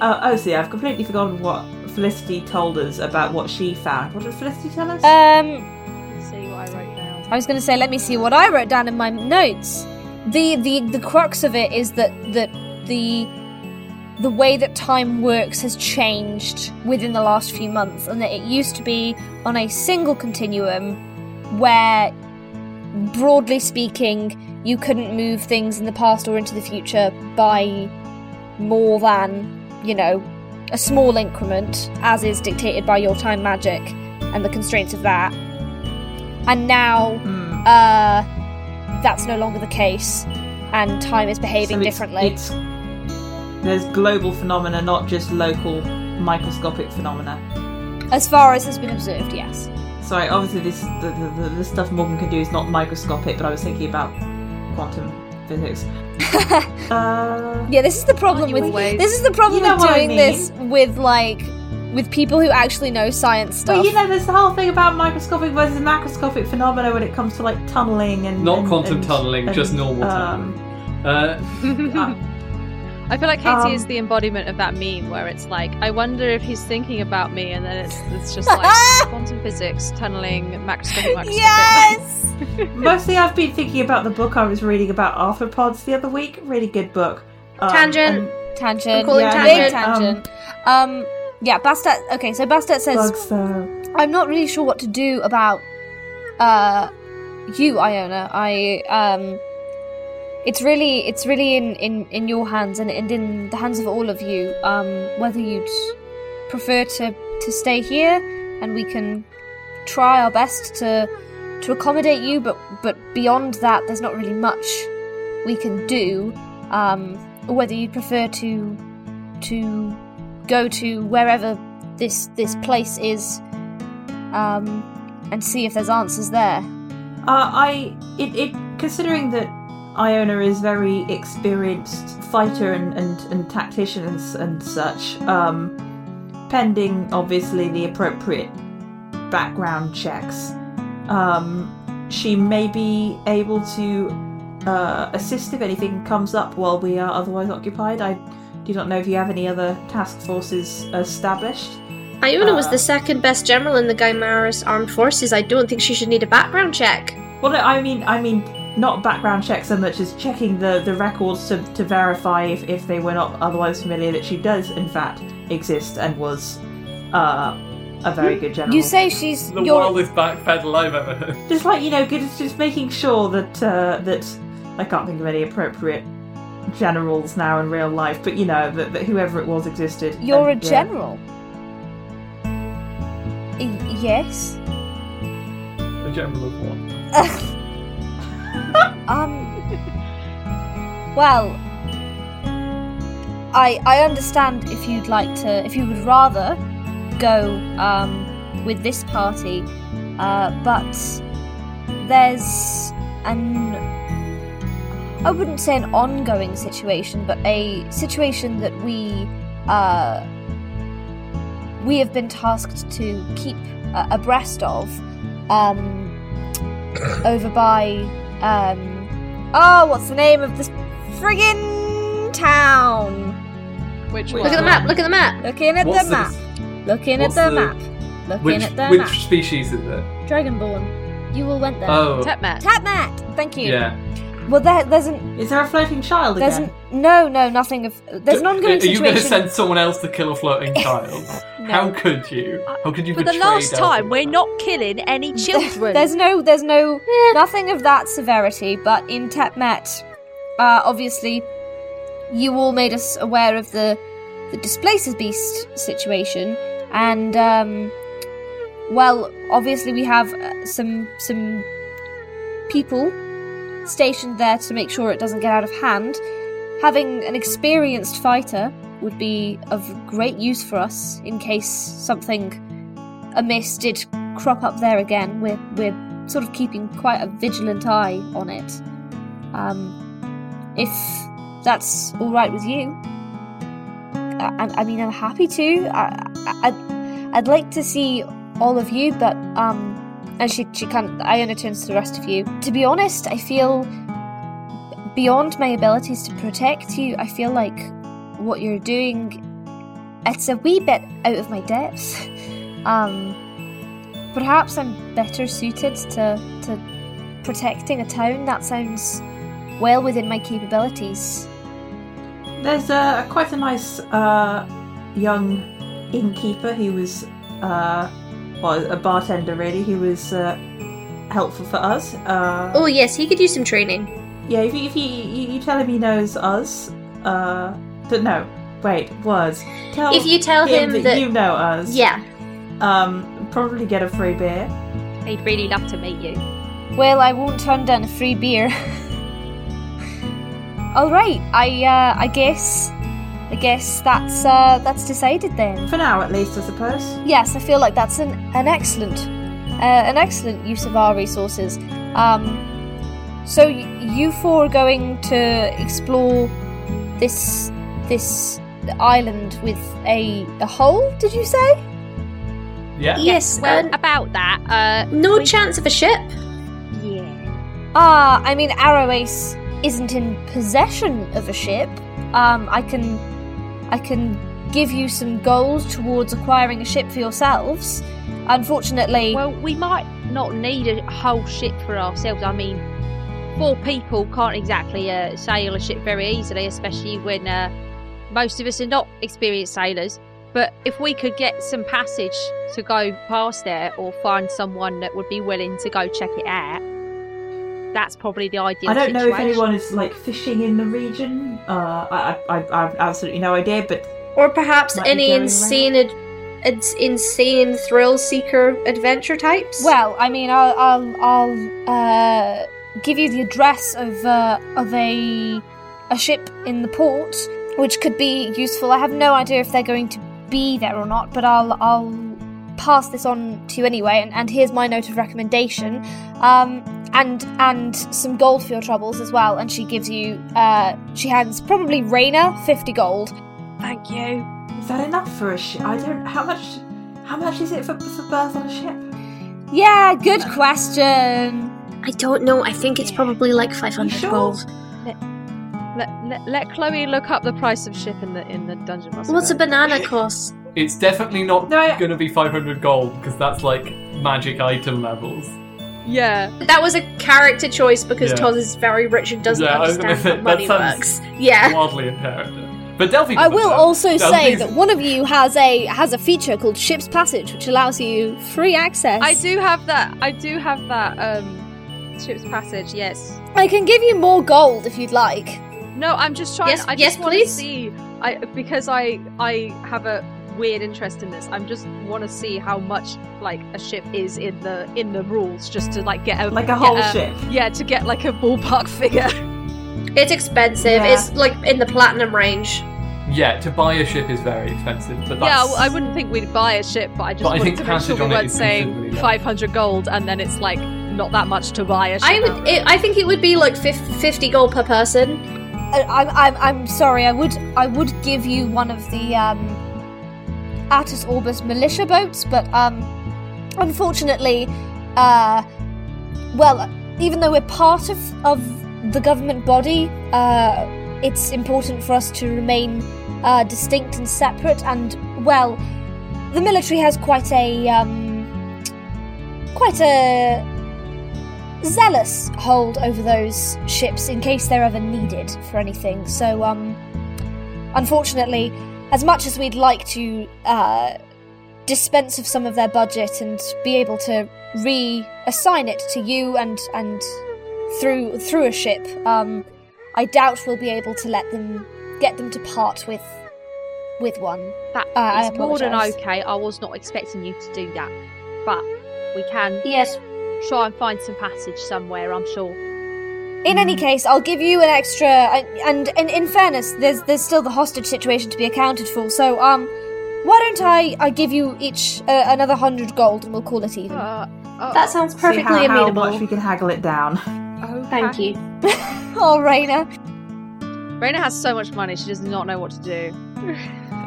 Uh, oh, see, I've completely forgotten what Felicity told us about what she found. What did Felicity tell us?
Um,
Let's see what I wrote down.
I was going to say, let me see what I wrote down in my notes. The the the crux of it is that that the the way that time works has changed within the last few months, and that it used to be on a single continuum where, broadly speaking, you couldn't move things in the past or into the future by more than you know a small increment, as is dictated by your time magic and the constraints of that. And now
Hmm.
uh, that's no longer the case, and time is behaving
So it's-
differently.
It's, there's global phenomena, not just local microscopic phenomena.
As far as has been observed, yes.
Sorry, obviously this the, the, the, the stuff Morgan can do is not microscopic, but I was thinking about quantum physics. uh,
Yeah, this is the problem
you
with
always-
this is the problem
You know
with
what I
doing this with like with people who actually know science stuff.
Well, you know, there's the whole thing about microscopic versus macroscopic phenomena when it comes to like tunneling and
Not
and-
quantum
and-
tunneling,
and,
just normal
um,
tunneling. Uh,
I feel like Katie
Um,
is the embodiment of that meme where it's like, I wonder if he's thinking about me, and then it's it's just like quantum physics, tunneling, macroscopic, macroscopic.
yes.
Mostly, I've been thinking about the book I was reading about arthropods the other week. Really good book. Um,
Tangent.
and
Tangent.
calling
yeah,
tangent.
Big tangent. Um, yeah, Bastet. Okay, so Bastet says
Bugs, uh, though.
I'm not really sure what to do about uh you, Iona. I um it's really it's really in in in your hands and, and in the hands of all of you um whether you'd prefer to to stay here and we can try our best to to accommodate you but but beyond that there's not really much we can do um or whether you'd prefer to to go to wherever this this place is um, and see if there's answers there.
Uh, I it, it considering that Iona is very experienced fighter and and, and tactician and, s- and such. Um, pending obviously the appropriate background checks, um, she may be able to uh, assist if anything comes up while we are otherwise occupied. I do not know if you have any other task forces established.
Iona was
Uh.
the second best general in the Gaimaris armed forces. I don't think she should need a background check.
Well, no, I mean, I mean, not background check so much as checking the, the records to, to verify if, if they were not otherwise familiar that she does in fact exist and was uh, a very good general.
Hmm. You say she's
the
your
wildest backpedal I've ever heard.
just like you know, good, just making sure that uh, that I can't think of any appropriate generals now in real life, but you know that, that whoever it was existed.
you're a
and, uh,
general. Y- yes.
The general of one.
Um. Well, I I understand if you'd like to, if you would rather go um, with this party, uh, but there's an I wouldn't say an ongoing situation, but a situation that we uh, we have been tasked to keep uh, abreast of um, over by um oh what's the name of this friggin town
Which
Look
one?
Look at the map, look at the map.
looking at
What's
the map
this?
looking
what's
at the,
the-
map looking
Which,
at the
which
map
species is it?
dragonborn you all went there
Oh,
Tepmat.
Tatmat! thank you
yeah.
Well, there, there's an,
Is there a floating child
there's
again?
an, no, no, nothing of. There's an
Are
ongoing
you going to
situation.
send someone else to kill a floating child? How could you? How could you?
For the
betray
last
Delphi?
time, we're not killing any children.
There's no, there's no, nothing of that severity. But in Tepmet, uh, obviously, you all made us aware of the the displaces beast situation, and um, well, obviously we have uh, some some people stationed there to make sure it doesn't get out of hand. Having an experienced fighter would be of great use for us in case something amiss did crop up there again. We're we're sort of keeping quite a vigilant eye on it. Um, if that's all right with you, I, I I mean I'm happy to. I, I I'd- I'd like to see all of you, but um, and she she kind of Iona turns to the rest of you. To be honest, I feel beyond my abilities to protect you. I feel like what you're doing. It's a wee bit out of my depth. Um, Perhaps I'm better suited to, to protecting a town. That sounds well within my capabilities.
There's a quite a nice uh, young innkeeper who was, uh, well, a bartender really, who was uh, helpful for us. Uh,
Oh yes, he could use some training.
Yeah, if, you- if you, you you tell him he knows us, uh, but no, wait, was tell
If you tell him that-
you know us,
Yeah.
um, probably get a free beer.
He'd really love to meet you.
Well, I won't turn down a free beer. All right, I uh, I guess I guess that's uh, that's decided then.
For now, at least, I suppose.
Yes, I feel like that's an, an excellent uh, an excellent use of our resources. Um, so y- you four are going to explore this this island with a a hole? Did you say?
Yeah.
Yes.
Well,
uh,
about that, uh,
no chance of a ship.
yeah.
Ah, I mean Arrow Ace isn't in possession of a ship. Um, I can I can give you some gold towards acquiring a ship for yourselves. Unfortunately,
Well, we might not need a whole ship for ourselves. I mean, four people can't exactly uh, sail a ship very easily, especially when uh, most of us are not experienced sailors. But if we could get some passage to go past there or find someone that would be willing to go check it out, that's probably the ideal
I don't know if
situation.
anyone is like fishing in the region. Uh, I, I, I, I've absolutely no idea, but
Or perhaps
Might be
any
going
insane, ad- ad- insane thrill seeker adventure types.
Well, I mean, I'll I'll, I'll uh, give you the address of uh, of a a ship in the port, which could be useful. I have no idea if they're going to be there or not, but I'll I'll pass this on to you anyway. And, and here's my note of recommendation, um, and and some gold for your troubles as well. And she gives you uh, she hands probably Raina fifty gold.
Thank you.
is that enough for a ship? I don't. How much? How much is it for for birth on a ship?
Yeah, good question.
I don't know. I think it's probably like five
You
hundred
sure?
gold.
Let, let, let Chloe look up the price of ship in the in the dungeon master.
What's a
book.
banana cost?
It's definitely not
No, I-
going to be 500 gold because that's like magic item levels.
Yeah.
That was a character choice because
Yeah.
Toz is very rich and doesn't
Yeah, I was gonna
understand how
say, that
money
sounds-
works. Yeah.
Wildly imperative. But Delphi.
I will also
That
say
means-
that one of you has a has a feature called Ship's Passage, which allows you free access.
I do have that. I do have that. Um, ship's passage. Yes.
I can give you more gold if you'd like.
No, I'm just trying.
Yes-
I
yes,
just want to
please.
see. I because I I have a weird interest in this. I'm just want to see how much like a ship is in the in the rules, just to like get a
Like a
get
whole ship.
Yeah, to get like a ballpark figure.
It's expensive.
Yeah.
It's like in the platinum range.
Yeah, to buy a ship is very expensive, but that's.
Yeah, well, I wouldn't think we'd buy a ship, but I just
But I
wanted
think
to make sure
passage
we
on it
weren't
is
saying
considerably low.
500 gold and then it's like not that much to buy a ship.
I would. It, I think it would be like fif- fifty gold per person.
I, Uh, I'm, I'm, I'm sorry. I would I would give you one of the um, Atus Orbis militia boats, but um, unfortunately, uh, well, even though we're part of of the government body, uh, it's important for us to remain uh, distinct and separate. And well, the military has quite a um, quite a zealous hold over those ships in case they're ever needed for anything. So, um, unfortunately, as much as we'd like to uh, dispense of some of their budget and be able to reassign it to you and and through through a ship, um, I doubt we'll be able to let them get them to part with with one.
That is
Uh, I
more than
apologise.
okay. I was not expecting you to do that, but we can
Yes.
try and find some passage somewhere. I'm sure.
In any case, I'll give you an extra. uh, And, and in fairness, there's there's still the hostage situation to be accounted for. So um, why don't I I give you each uh, another hundred gold and we'll call it
Ah.
even.
Uh, oh,
That sounds
See how,
perfectly
how much we
amenable.
can haggle it down.
okay.
Thank you.
oh, Raina.
Raina has so much money, she does not know what to do.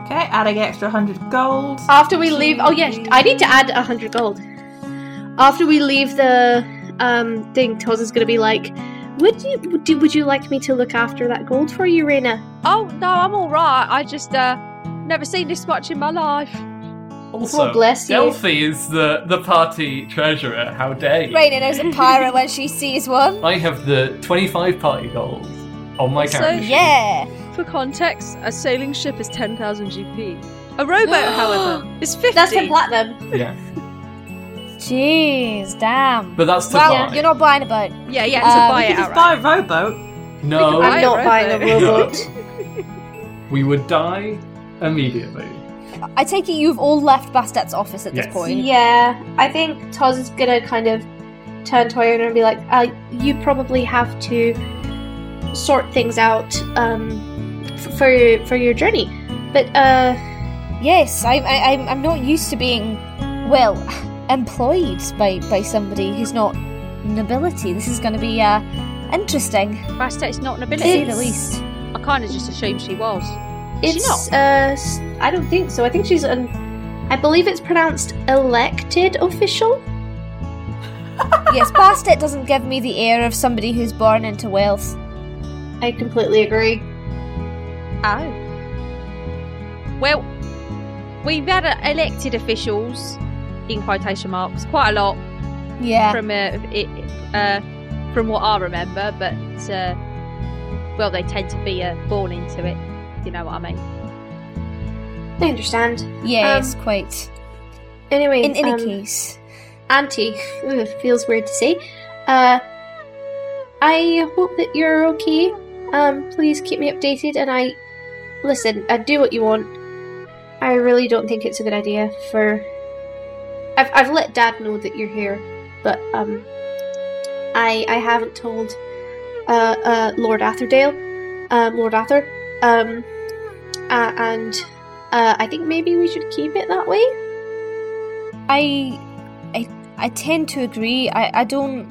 Okay, adding extra 100 gold.
After we leave, oh yes, I need to add a hundred gold. After we leave the um thing, Toz is gonna be like, "Would you would you, would you like me to look after that gold for you, Reina?"
Oh no, I'm all right. I just uh, never seen this much in my life.
Also,
Oh, bless you.
Delphi is the, the party treasurer. How dare you?
Raina knows a pirate when she sees one.
I have the 25 party gold on my
So,
character. sheet.
Yeah.
For context, a sailing ship is 10,000 GP. A rowboat, however, is 50.
That's in platinum.
Yeah.
Jeez, damn.
But that's to
well,
buy.
you're not buying a boat.
yeah, yeah,
Uh,
to buy
we
it
could just
outright.
buy a rowboat.
No,
buy
I'm not
a
buying a
rowboat.
robot.
we would die immediately.
I take it you've all left Bastet's office at this
Yes.
point.
yeah, I think Toz is gonna kind of turn to Iona and be like, uh, "You probably have to sort things out um, f- for your for your journey." But uh,
Yes, I, I, I'm, I'm not used to being, well, employed by, by somebody who's not nobility. This is going to be uh, interesting,
Bastet's not an
to
ability.
say the least.
I kind of just assumed she was. Is she
It's uh, s- I don't think so. I think she's an. I believe it's pronounced elected official.
yes, Bastet doesn't give me the air of somebody who's born into wealth.
I completely agree.
Oh. Well, we've had uh, elected officials, in quotation marks, quite a lot
Yeah.
from uh, it, uh, from what I remember, but uh, well, they tend to be uh, born into it. if You know what I mean?
I understand.
Yes, quite.
Anyway,
In any
um,
case.
auntie, Ooh, feels weird to say. Uh, I hope that you're okay. Um, please keep me updated, and I listen. I do what you want. I really don't think it's a good idea for. I've I've let Dad know that you're here, but um, I I haven't told uh, uh Lord Atherdale, um, Lord Arthur, um, uh, and uh, I think maybe we should keep it that way.
I, I, I tend to agree. I, I don't.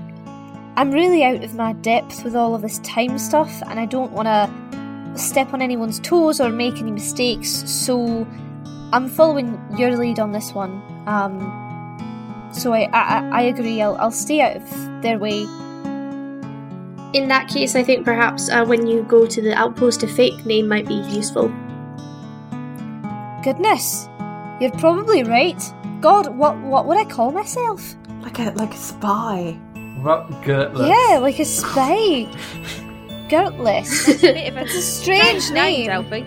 I'm really out of my depth with all of this time stuff, and I don't want to step on anyone's toes or make any mistakes. So, I'm following your lead on this one. Um, so I, I, I- I agree. I'll, I'll stay out of their way.
In that case, I think perhaps uh, when you go to the outpost, a fake name might be useful.
Goodness, you're probably right. God, what, what would I call myself?
Like a like a spy.
Rutgertless.
Yeah, like a spy. Girtless.
It's a bit of a
It's a strange name.
Delphi.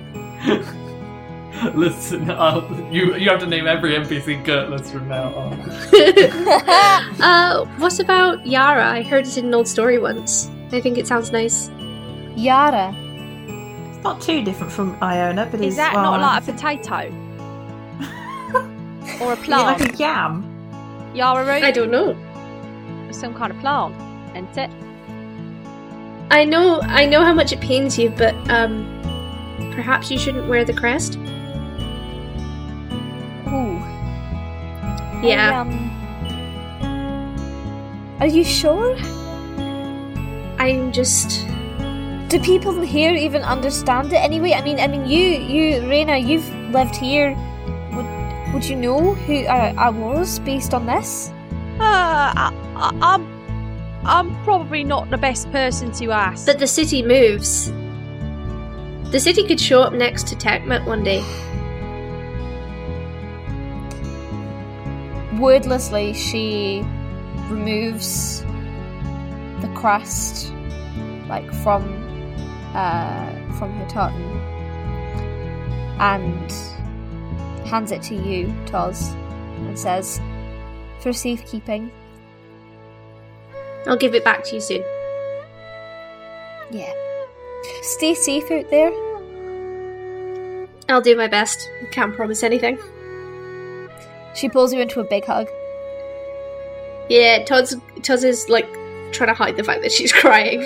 Listen up. You, you have to name every NPC Gertless from now on.
uh, what about Yara? I heard it in an old story once. I think it sounds nice.
Yara.
It's not too different from Iona, but it's
Is that
well,
not like a potato or a
like
plant?
a yam?
Yara
I
Road,
don't know.
some kind of plant, isn't it?
I know. I know how much it pains you, but um, perhaps you shouldn't wear the crest.
Ooh. I,
Yeah,
um, are you sure?
I'm just.
Do people here even understand it anyway? I mean, I mean, you, you, Reina, you've lived here. Would, would you know who I, I was based on this?
Uh, I, I, I'm I'm probably not the best person to ask.
But the city moves. The city could show up next to Tecmet one day.
Wordlessly, she removes the crest, like from uh, from Hitaten, and hands it to you, Toz, and says, "For safekeeping."
I'll give it back to you soon.
Yeah. Stay safe out there.
I'll do my best. Can't promise anything.
She pulls you into a big hug.
Yeah, Todd's Todd's is like trying to hide the fact that she's crying.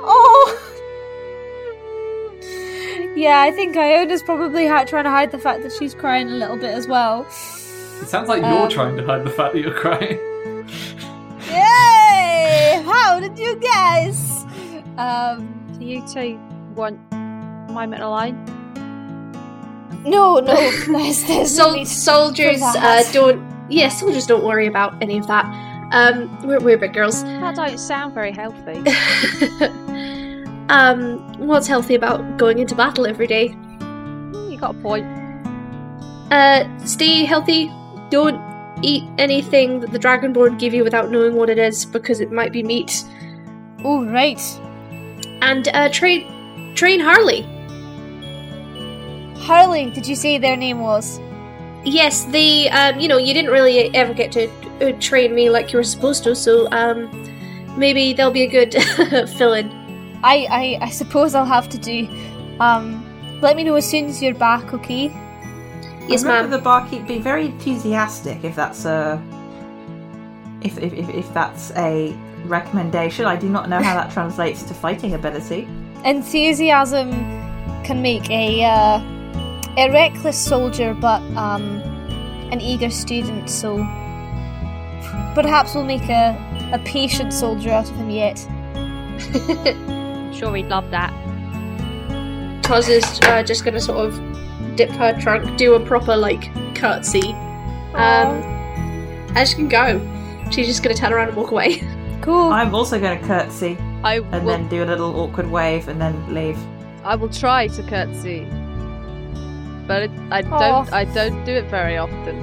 Oh. Yeah, I think Iona's probably ha- trying to hide the fact that she's crying a little bit as well.
It sounds like you're
Um,
trying to hide the fact that you're crying.
Yay! How did you guess? Um,
Do you two want my metal line?
no, no, there's, there's no
Sol-
need.
soldiers
for
uh,
that.
don't. Yeah, soldiers don't worry about any of that. Um, we're, we're big girls.
Um,
That don't sound very healthy.
um, what's healthy about going into battle every day?
you got a point.
Uh, stay healthy. Don't eat anything that the Dragonborn give you without knowing what it is, because it might be meat.
All right.
And uh, train, train Harley.
Harley, did you say their name was?
Yes, they. Um, you know, you didn't really ever get to uh, train me like you were supposed to, so um, maybe they'll be a good fill-in.
I, I, I suppose I'll have to do. Um, let me know as soon as you're back, okay?
Yes,
I remember
ma'am.
the barkeep being very enthusiastic. If that's a, if if, if if that's a recommendation, I do not know how that translates to fighting ability.
Enthusiasm can make a uh, a reckless soldier, but um, an eager student. So perhaps we'll make a, a patient soldier out of him yet.
I'm sure he'd love that.
Toz is uh, just gonna sort of dip her trunk, do a proper like curtsy, um, and she can go. She's just gonna turn around and walk away.
Cool.
I'm also going to curtsy
I
and
will,
then do a little awkward wave and then leave.
I will try to curtsy, but it, I
Aw.
don't. I don't do it very often.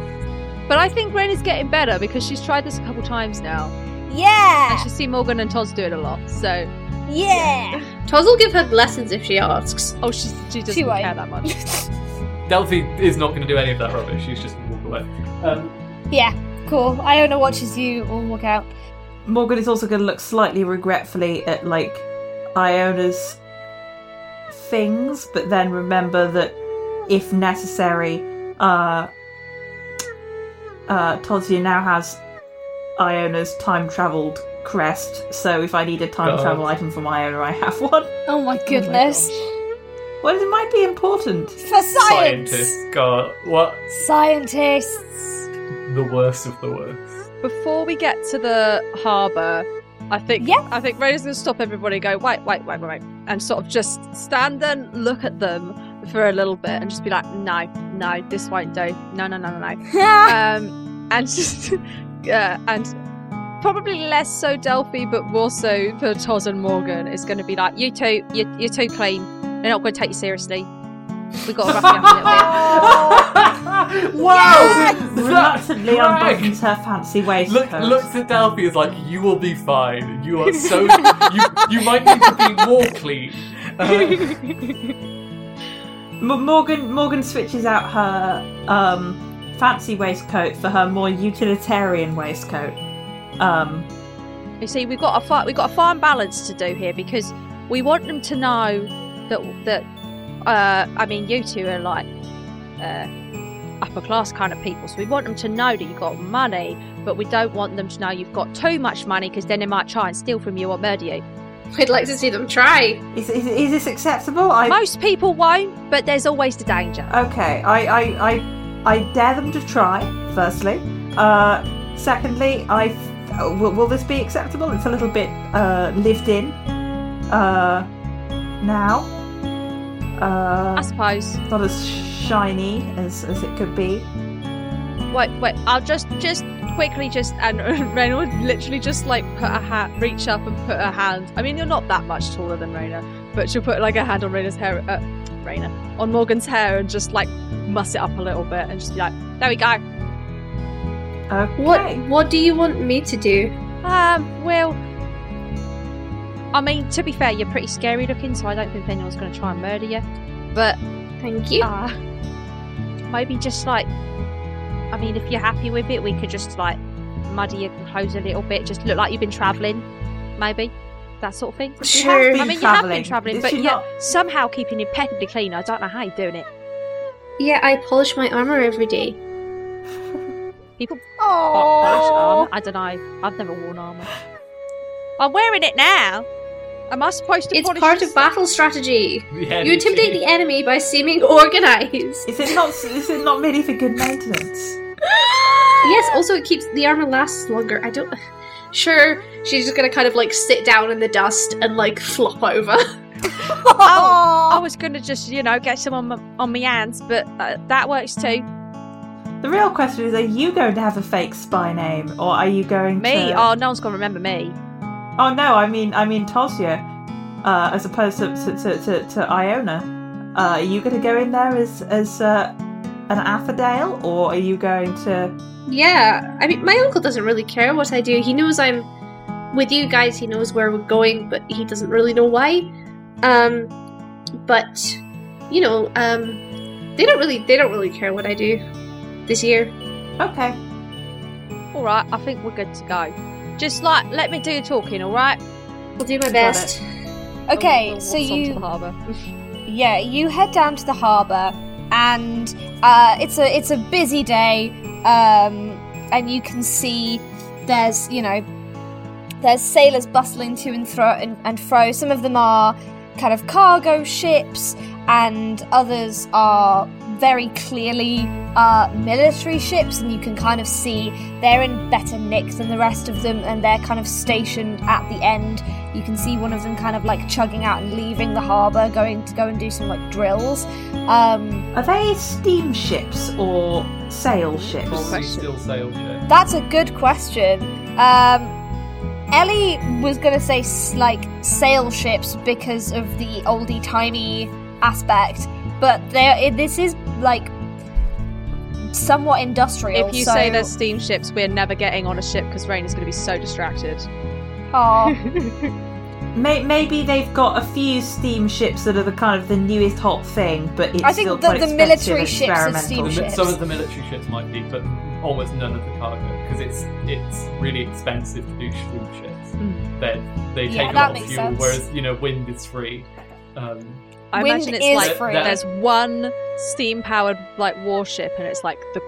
But I think Ren is getting better because she's tried this a couple times now, and
yeah.
she's seen Morgan and Toz do it a lot. So,
Yeah.
Toz will give her lessons if she asks.
oh, she's, she doesn't
She won't.
care that much.
Delphi is not going to do any of that rubbish. She's just going to walk away. Um,
Cool. Iona watches you all walk out.
Morgan is also going to look slightly regretfully at like Iona's things, but then remember that if necessary, uh, uh, Tozia now has Iona's time travelled crest. So if I need a time
Oh.
travel item from Iona, I have one.
Oh my goodness.
Well, it might be important.
For science.
scientist, God, what
Scientists.
the worst of the worst.
Before we get to the harbour, I think
Yeah.
I think Ray's gonna stop everybody and go, wait, wait, wait, wait, wait. And sort of just stand and look at them for a little bit and just be like, no, no, this won't do. No, no, no, no, no.
Oh.
um and just yeah, and probably less so Delphi, but more so for Toz and Morgan is gonna be like, You two, you you're too clean. They're not gonna take you seriously. We gotta rough you up a little bit.
Wow!
That's
Reluctantly
brag.
unbuttons her fancy waistcoat.
Look, looks at Delphi is like, you will be fine. You are so. you, you might need to be more clean. Uh,
M- Morgan Morgan switches out her um, fancy waistcoat for her more utilitarian waistcoat. Um,
You see, we've got a fi- we've got a fine balance to do here because we want them to know that that uh, I mean, you two are like uh, upper class kind of people, so we want them to know that you've got money, but we don't want them to know you've got too much money because then they might try and steal from you or murder you.
I'd like to see them try.
is, is, is this acceptable? I
Most people won't, but there's always the danger.
okay. I I, I, I dare them to try. Firstly, uh, secondly, I f- will, will this be acceptable? It's a little bit uh, lived in uh, now.
I
Uh,
suppose.
not as shiny as, as it could be.
Wait, wait. I'll just just quickly just and
Raina would literally just like put a hat, reach up and put her hand. I mean, you're not that much taller than Raina, but she'll put like a hand on Raina's hair, uh, Raina, on Morgan's hair and just like muss it up a little bit and just be like, there we go.
Okay.
What What do you want me to do?
um. Well,
I mean, to be fair, you're pretty scary looking, so I don't think anyone's going to try and murder you. But
Thank you.
uh, maybe just like, I mean, if you're happy with it, we could just like muddy your clothes a little bit, just look like you've been travelling, maybe that sort of thing.
sure.
I mean, you have been travelling,
Is
but
she
yeah,
not-
somehow keeping impeccably clean. I don't know how you're doing it.
Yeah, I polish my armor every day.
People polish
Oh,
armor. I don't know. I've never worn armor. I'm wearing it now. Am I supposed to?
It's
polish
part
this
of battle strategy.
Yeah,
You intimidate the enemy by seeming organized.
Is it not? Is it not merely for good maintenance?
Yes, also it keeps the armor lasts longer. I don't. Sure, she's just gonna kind of like sit down in the dust and like flop over.
Oh, I was gonna just, you know, get some on my, on my hands, but uh, that works too.
The real question is: Are you going to have a fake spy name, or are you going
Me?
to?
Oh, no one's gonna remember me.
Oh no, I mean, I mean Tosia, uh, as opposed to to, to, to, to Iona. Uh, are you going to go in there as as uh, an Affadale, or are you going to?
yeah, I mean, my uncle doesn't really care what I do. He knows I'm with you guys. He knows where we're going, but he doesn't really know why. Um, but you know, um, they don't really they don't really care what I do this year.
Okay,
All right, I think we're good to go. Just like let me do the talking, all right?
I'll do my best.
okay.
We'll-
so
we'll waltz onto
you
the harbour.
yeah you head down to the harbor and uh, it's a it's a busy day um, and you can see there's you know there's sailors bustling to and fro and, and fro some of them are kind of cargo ships and others are very clearly uh, military ships and you can kind of see they're in better nick than the rest of them and they're kind of stationed at the end you can see one of them kind of like chugging out and leaving the harbour, going to go and do some like drills. Um,
are they steamships or sail ships?
Probably still sail ship.
that's a good question. Um, Ellie was gonna say s- like sail ships because of the oldie timey aspect, but there it, this is like somewhat industrial.
If you
so-
say there's steamships, we're never getting on a ship because Rain is going to be so distracted.
Aw.
May- maybe they've got a few steamships that are the kind of the newest hot thing, but it's
I think
still
the-
quite
the
expensive
military
and
ships are
experimental.
steam-
The mi-
ships.
Some of the military ships might be, but almost none of the cargo because it's it's really expensive to do steam ships. They they
Hmm. Yeah,
take a
that
lot of
makes
fuel,
sense.
whereas you know wind is free. Um,
I
Wind
imagine it's
is
like
free.
there's one steam powered like warship, and it's like the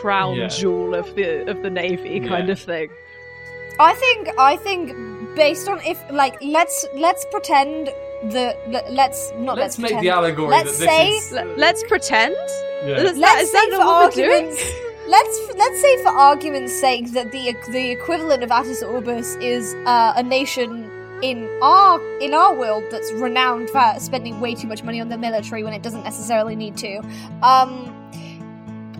crown
Yeah.
jewel of the of the navy kind
Yeah.
of thing.
I think I think based on if like let's let's pretend the le- let's not
let's
let's,
make
pretend.
the allegory
Let's
that
say-
this is. uh,
Let, let's pretend.
yeah.
Is that- is that
say
not what we're doing?
argument's- Let's let's say for argument's sake that the the equivalent of Attis Orbis is uh, a nation in our in our world that's renowned for spending way too much money on the military when it doesn't necessarily need to. Um,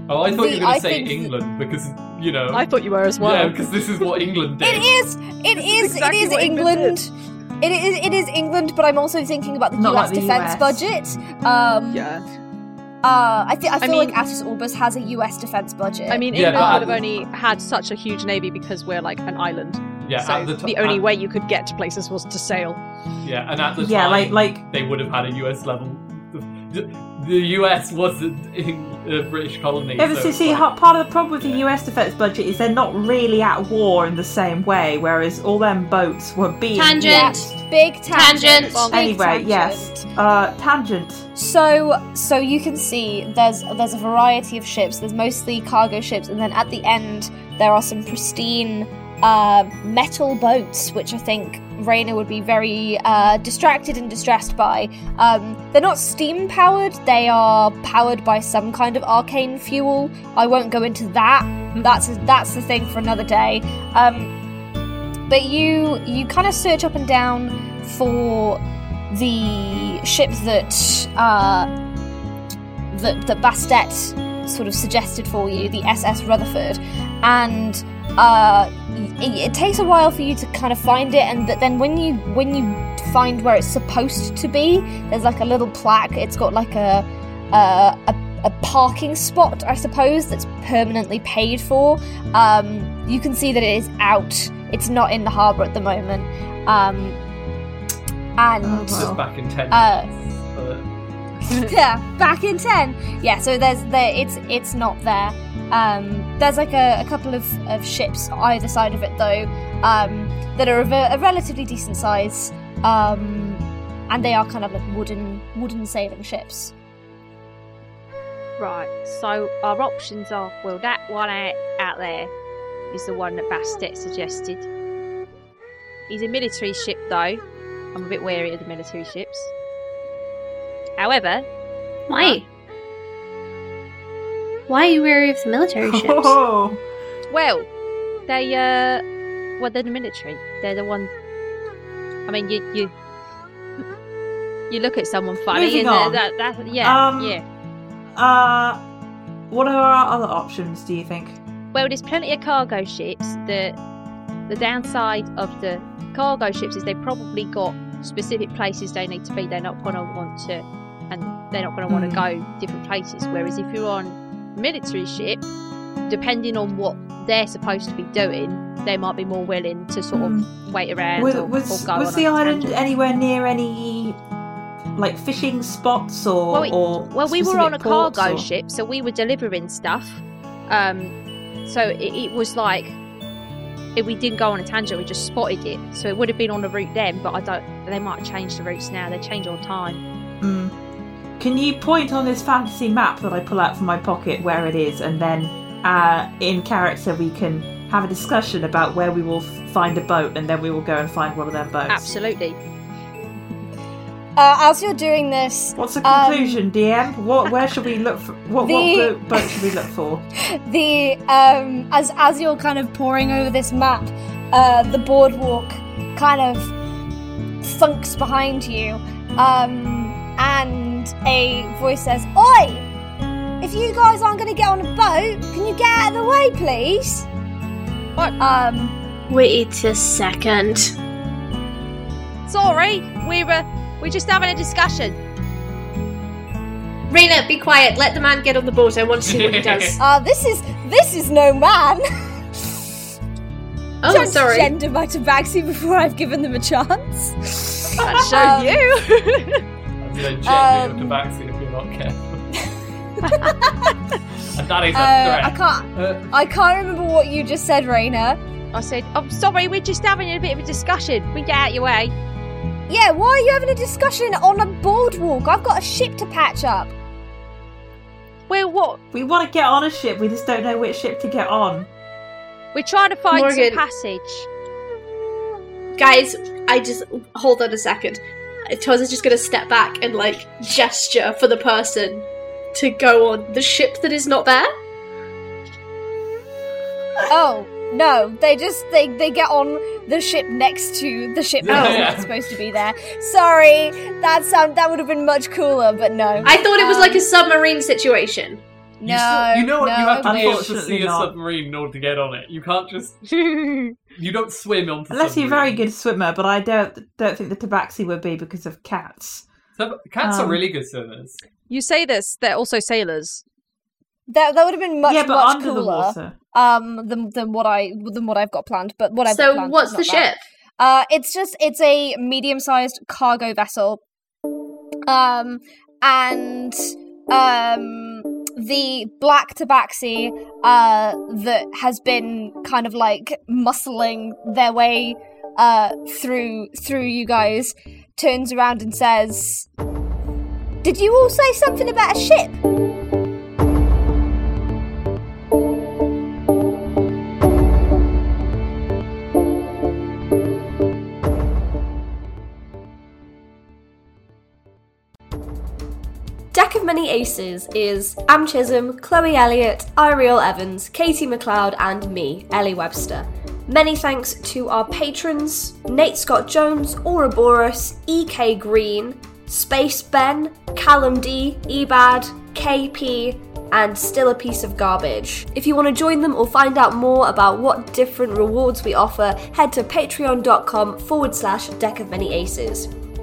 Oh, I thought you
the-
were going
I
to say
think the-
England because you know.
I thought you were as well.
Yeah, because this is what England did.
it is it
This
is,
is exactly
it is
what England
England. It is it is England, but I'm also thinking about the
Not
U.S.
like the
defense
US.
budget. Um,
Yeah.
Uh, I think I feel
mean-
like Attis Orbis has a U.S. defense budget.
I mean,
Yeah,
England
but-
would have only had such a huge navy because we're like an island.
Yeah,
so
at the,
the,
to-
only
at-
way you could get to places was to sail.
Yeah, and at the
Yeah,
time,
like like
they would have had a US level. The US wasn't in a British colony.
Ever
so
since
it's
see,
like-
ha- part of the problem with the
Yeah.
US defence budget is they're not really at war in the same way, whereas all them boats were being.
Tangent.
used.
big tangent.
Tangent.
Big
Anyway,
tangent.
yes. Uh, tangent.
So, so you can see there's there's a variety of ships. There's mostly cargo ships, and then at the end there are some pristine uh, metal boats, which I think Raina would be very uh, distracted and distressed by. Um, they're not steam powered; they are powered by some kind of arcane fuel. I won't go into that. That's that's the thing for another day. Um, but you you kind of search up and down for the ship that uh, that that Bastet sort of suggested for you, the SS Rutherford, and uh, it, it takes a while for you to kind of find it, and that then when you when you find where it's supposed to be, there's like a little plaque. It's got like a uh, a, a parking spot, I suppose, that's permanently paid for. Um, you can see that it is out. It's not in the harbour at the moment. Um, and
Just back in ten.
uh,
but
yeah, back in ten. Yeah, so there's the it's it's not there. Um, there's like a, a couple of, of ships either side of it though um, that are of a, a relatively decent size, um, and they are kind of like wooden wooden sailing ships.
Right, so our options are well, that one out, out there is the one that Bastet suggested. He's a military ship, though. I'm a bit wary of the military ships. However,
Why? Why are you wary of the military ships?
Oh,
well, they uh, well, they're the military. They're the one. I mean, you you you look at someone funny,
Moving
and they're-
on.
that, that yeah
Um,
yeah.
uh, what are our other options? Do you think?
Well, there's plenty of cargo ships. The the downside of the cargo ships is they've probably got specific places they need to be. They're not going to want to, and they're not going to want to
Hmm.
go different places. Whereas if you're on a military ship, depending on what they're supposed to be doing, they might be more willing to sort of wait around
Was
or,
was,
or go
Mm. was
on
the
a
island
tangent.
anywhere near any like fishing spots or
Well, we-
or
Well, we were on a
specific ports
cargo
or-
ship, so we were delivering stuff. Um, so it, it was like if we didn't go on a tangent, we just spotted it. So it would have been on the route then, but I don't. They might have changed the routes now. They change all the time.
Mm. Can you point on this fantasy map that I pull out from my pocket where it is, and then uh, in character we can have a discussion about where we will f- find a boat, and then we will go and find one of their boats.
Absolutely.
Uh, as you're doing this,
What's the
Um,
conclusion, DM? What where should we look for? What
The-
what boat, boat should we look for?
the um as as you're kind of poring over this map uh the boardwalk kind of funks behind you um and a voice says oi if you guys aren't going to get on a boat can you get out of the way please
What?
um
Wait a second.
Sorry, we were we're just having a discussion.
Raina, be quiet. Let the man get on the boat. I want to see what he does.
uh this is this is no man
oh,
Don't
sorry.
gender my tabaxi before i've given them a chance
That show
Um,
you.
that's no
Um,
genuine tabaxi if you're not careful. and that is a
uh, i
threat.
can't
Uh,
i can't remember what you just said raina
I said, I'm sorry, we're just having a bit of a discussion. We get out your way.
Yeah, why are you having a discussion on a boardwalk? I've got a ship to patch up.
Well, what?
We want to get on a ship. We just don't know which ship to get on.
We're trying to find
Morgan.
some passage.
Guys, I just hold on a second. Toza's just gonna step back and like gesture for the person to go on the ship that is not there.
Oh, no, they just they they get on the ship next to the ship
Yeah.
that's not supposed to be there. Sorry, that sound that would have been much cooler, but no.
I thought it was
Um,
like a submarine situation.
no,
you, still, you know what?
no,
you have to be able to
unfortunately
see a
not.
submarine in order to get on it. You can't just. you don't swim onto.
Unless you're a very
submarines.
good swimmer, but I don't don't think the tabaxi would be because of cats.
Sub- cats
Um,
are really good swimmers.
You say this, they're also sailors.
that that would have been much
yeah, but
much
under
cooler
the water.
um than than what I than what I've got planned. But what I've got
So
planned is
what's the
not that.
ship?
Uh, it's just it's a medium-sized cargo vessel, um, and um, the black tabaxi uh, that has been kind of like muscling their way uh, through through you guys turns around and says, "Did you all say something about a ship?"
Jack of Many Aces is Am Chisholm, Chloe Elliott, Ariel Evans, Katie McLeod, and me, Ellie Webster. Many thanks to our patrons Nate Scott Jones, Ouroboros, EK Green, Space Ben, Callum D, Ebad, KP, and Still a Piece of Garbage. If you want to join them or find out more about what different rewards we offer, head to patreon.com forward slash deck of many aces.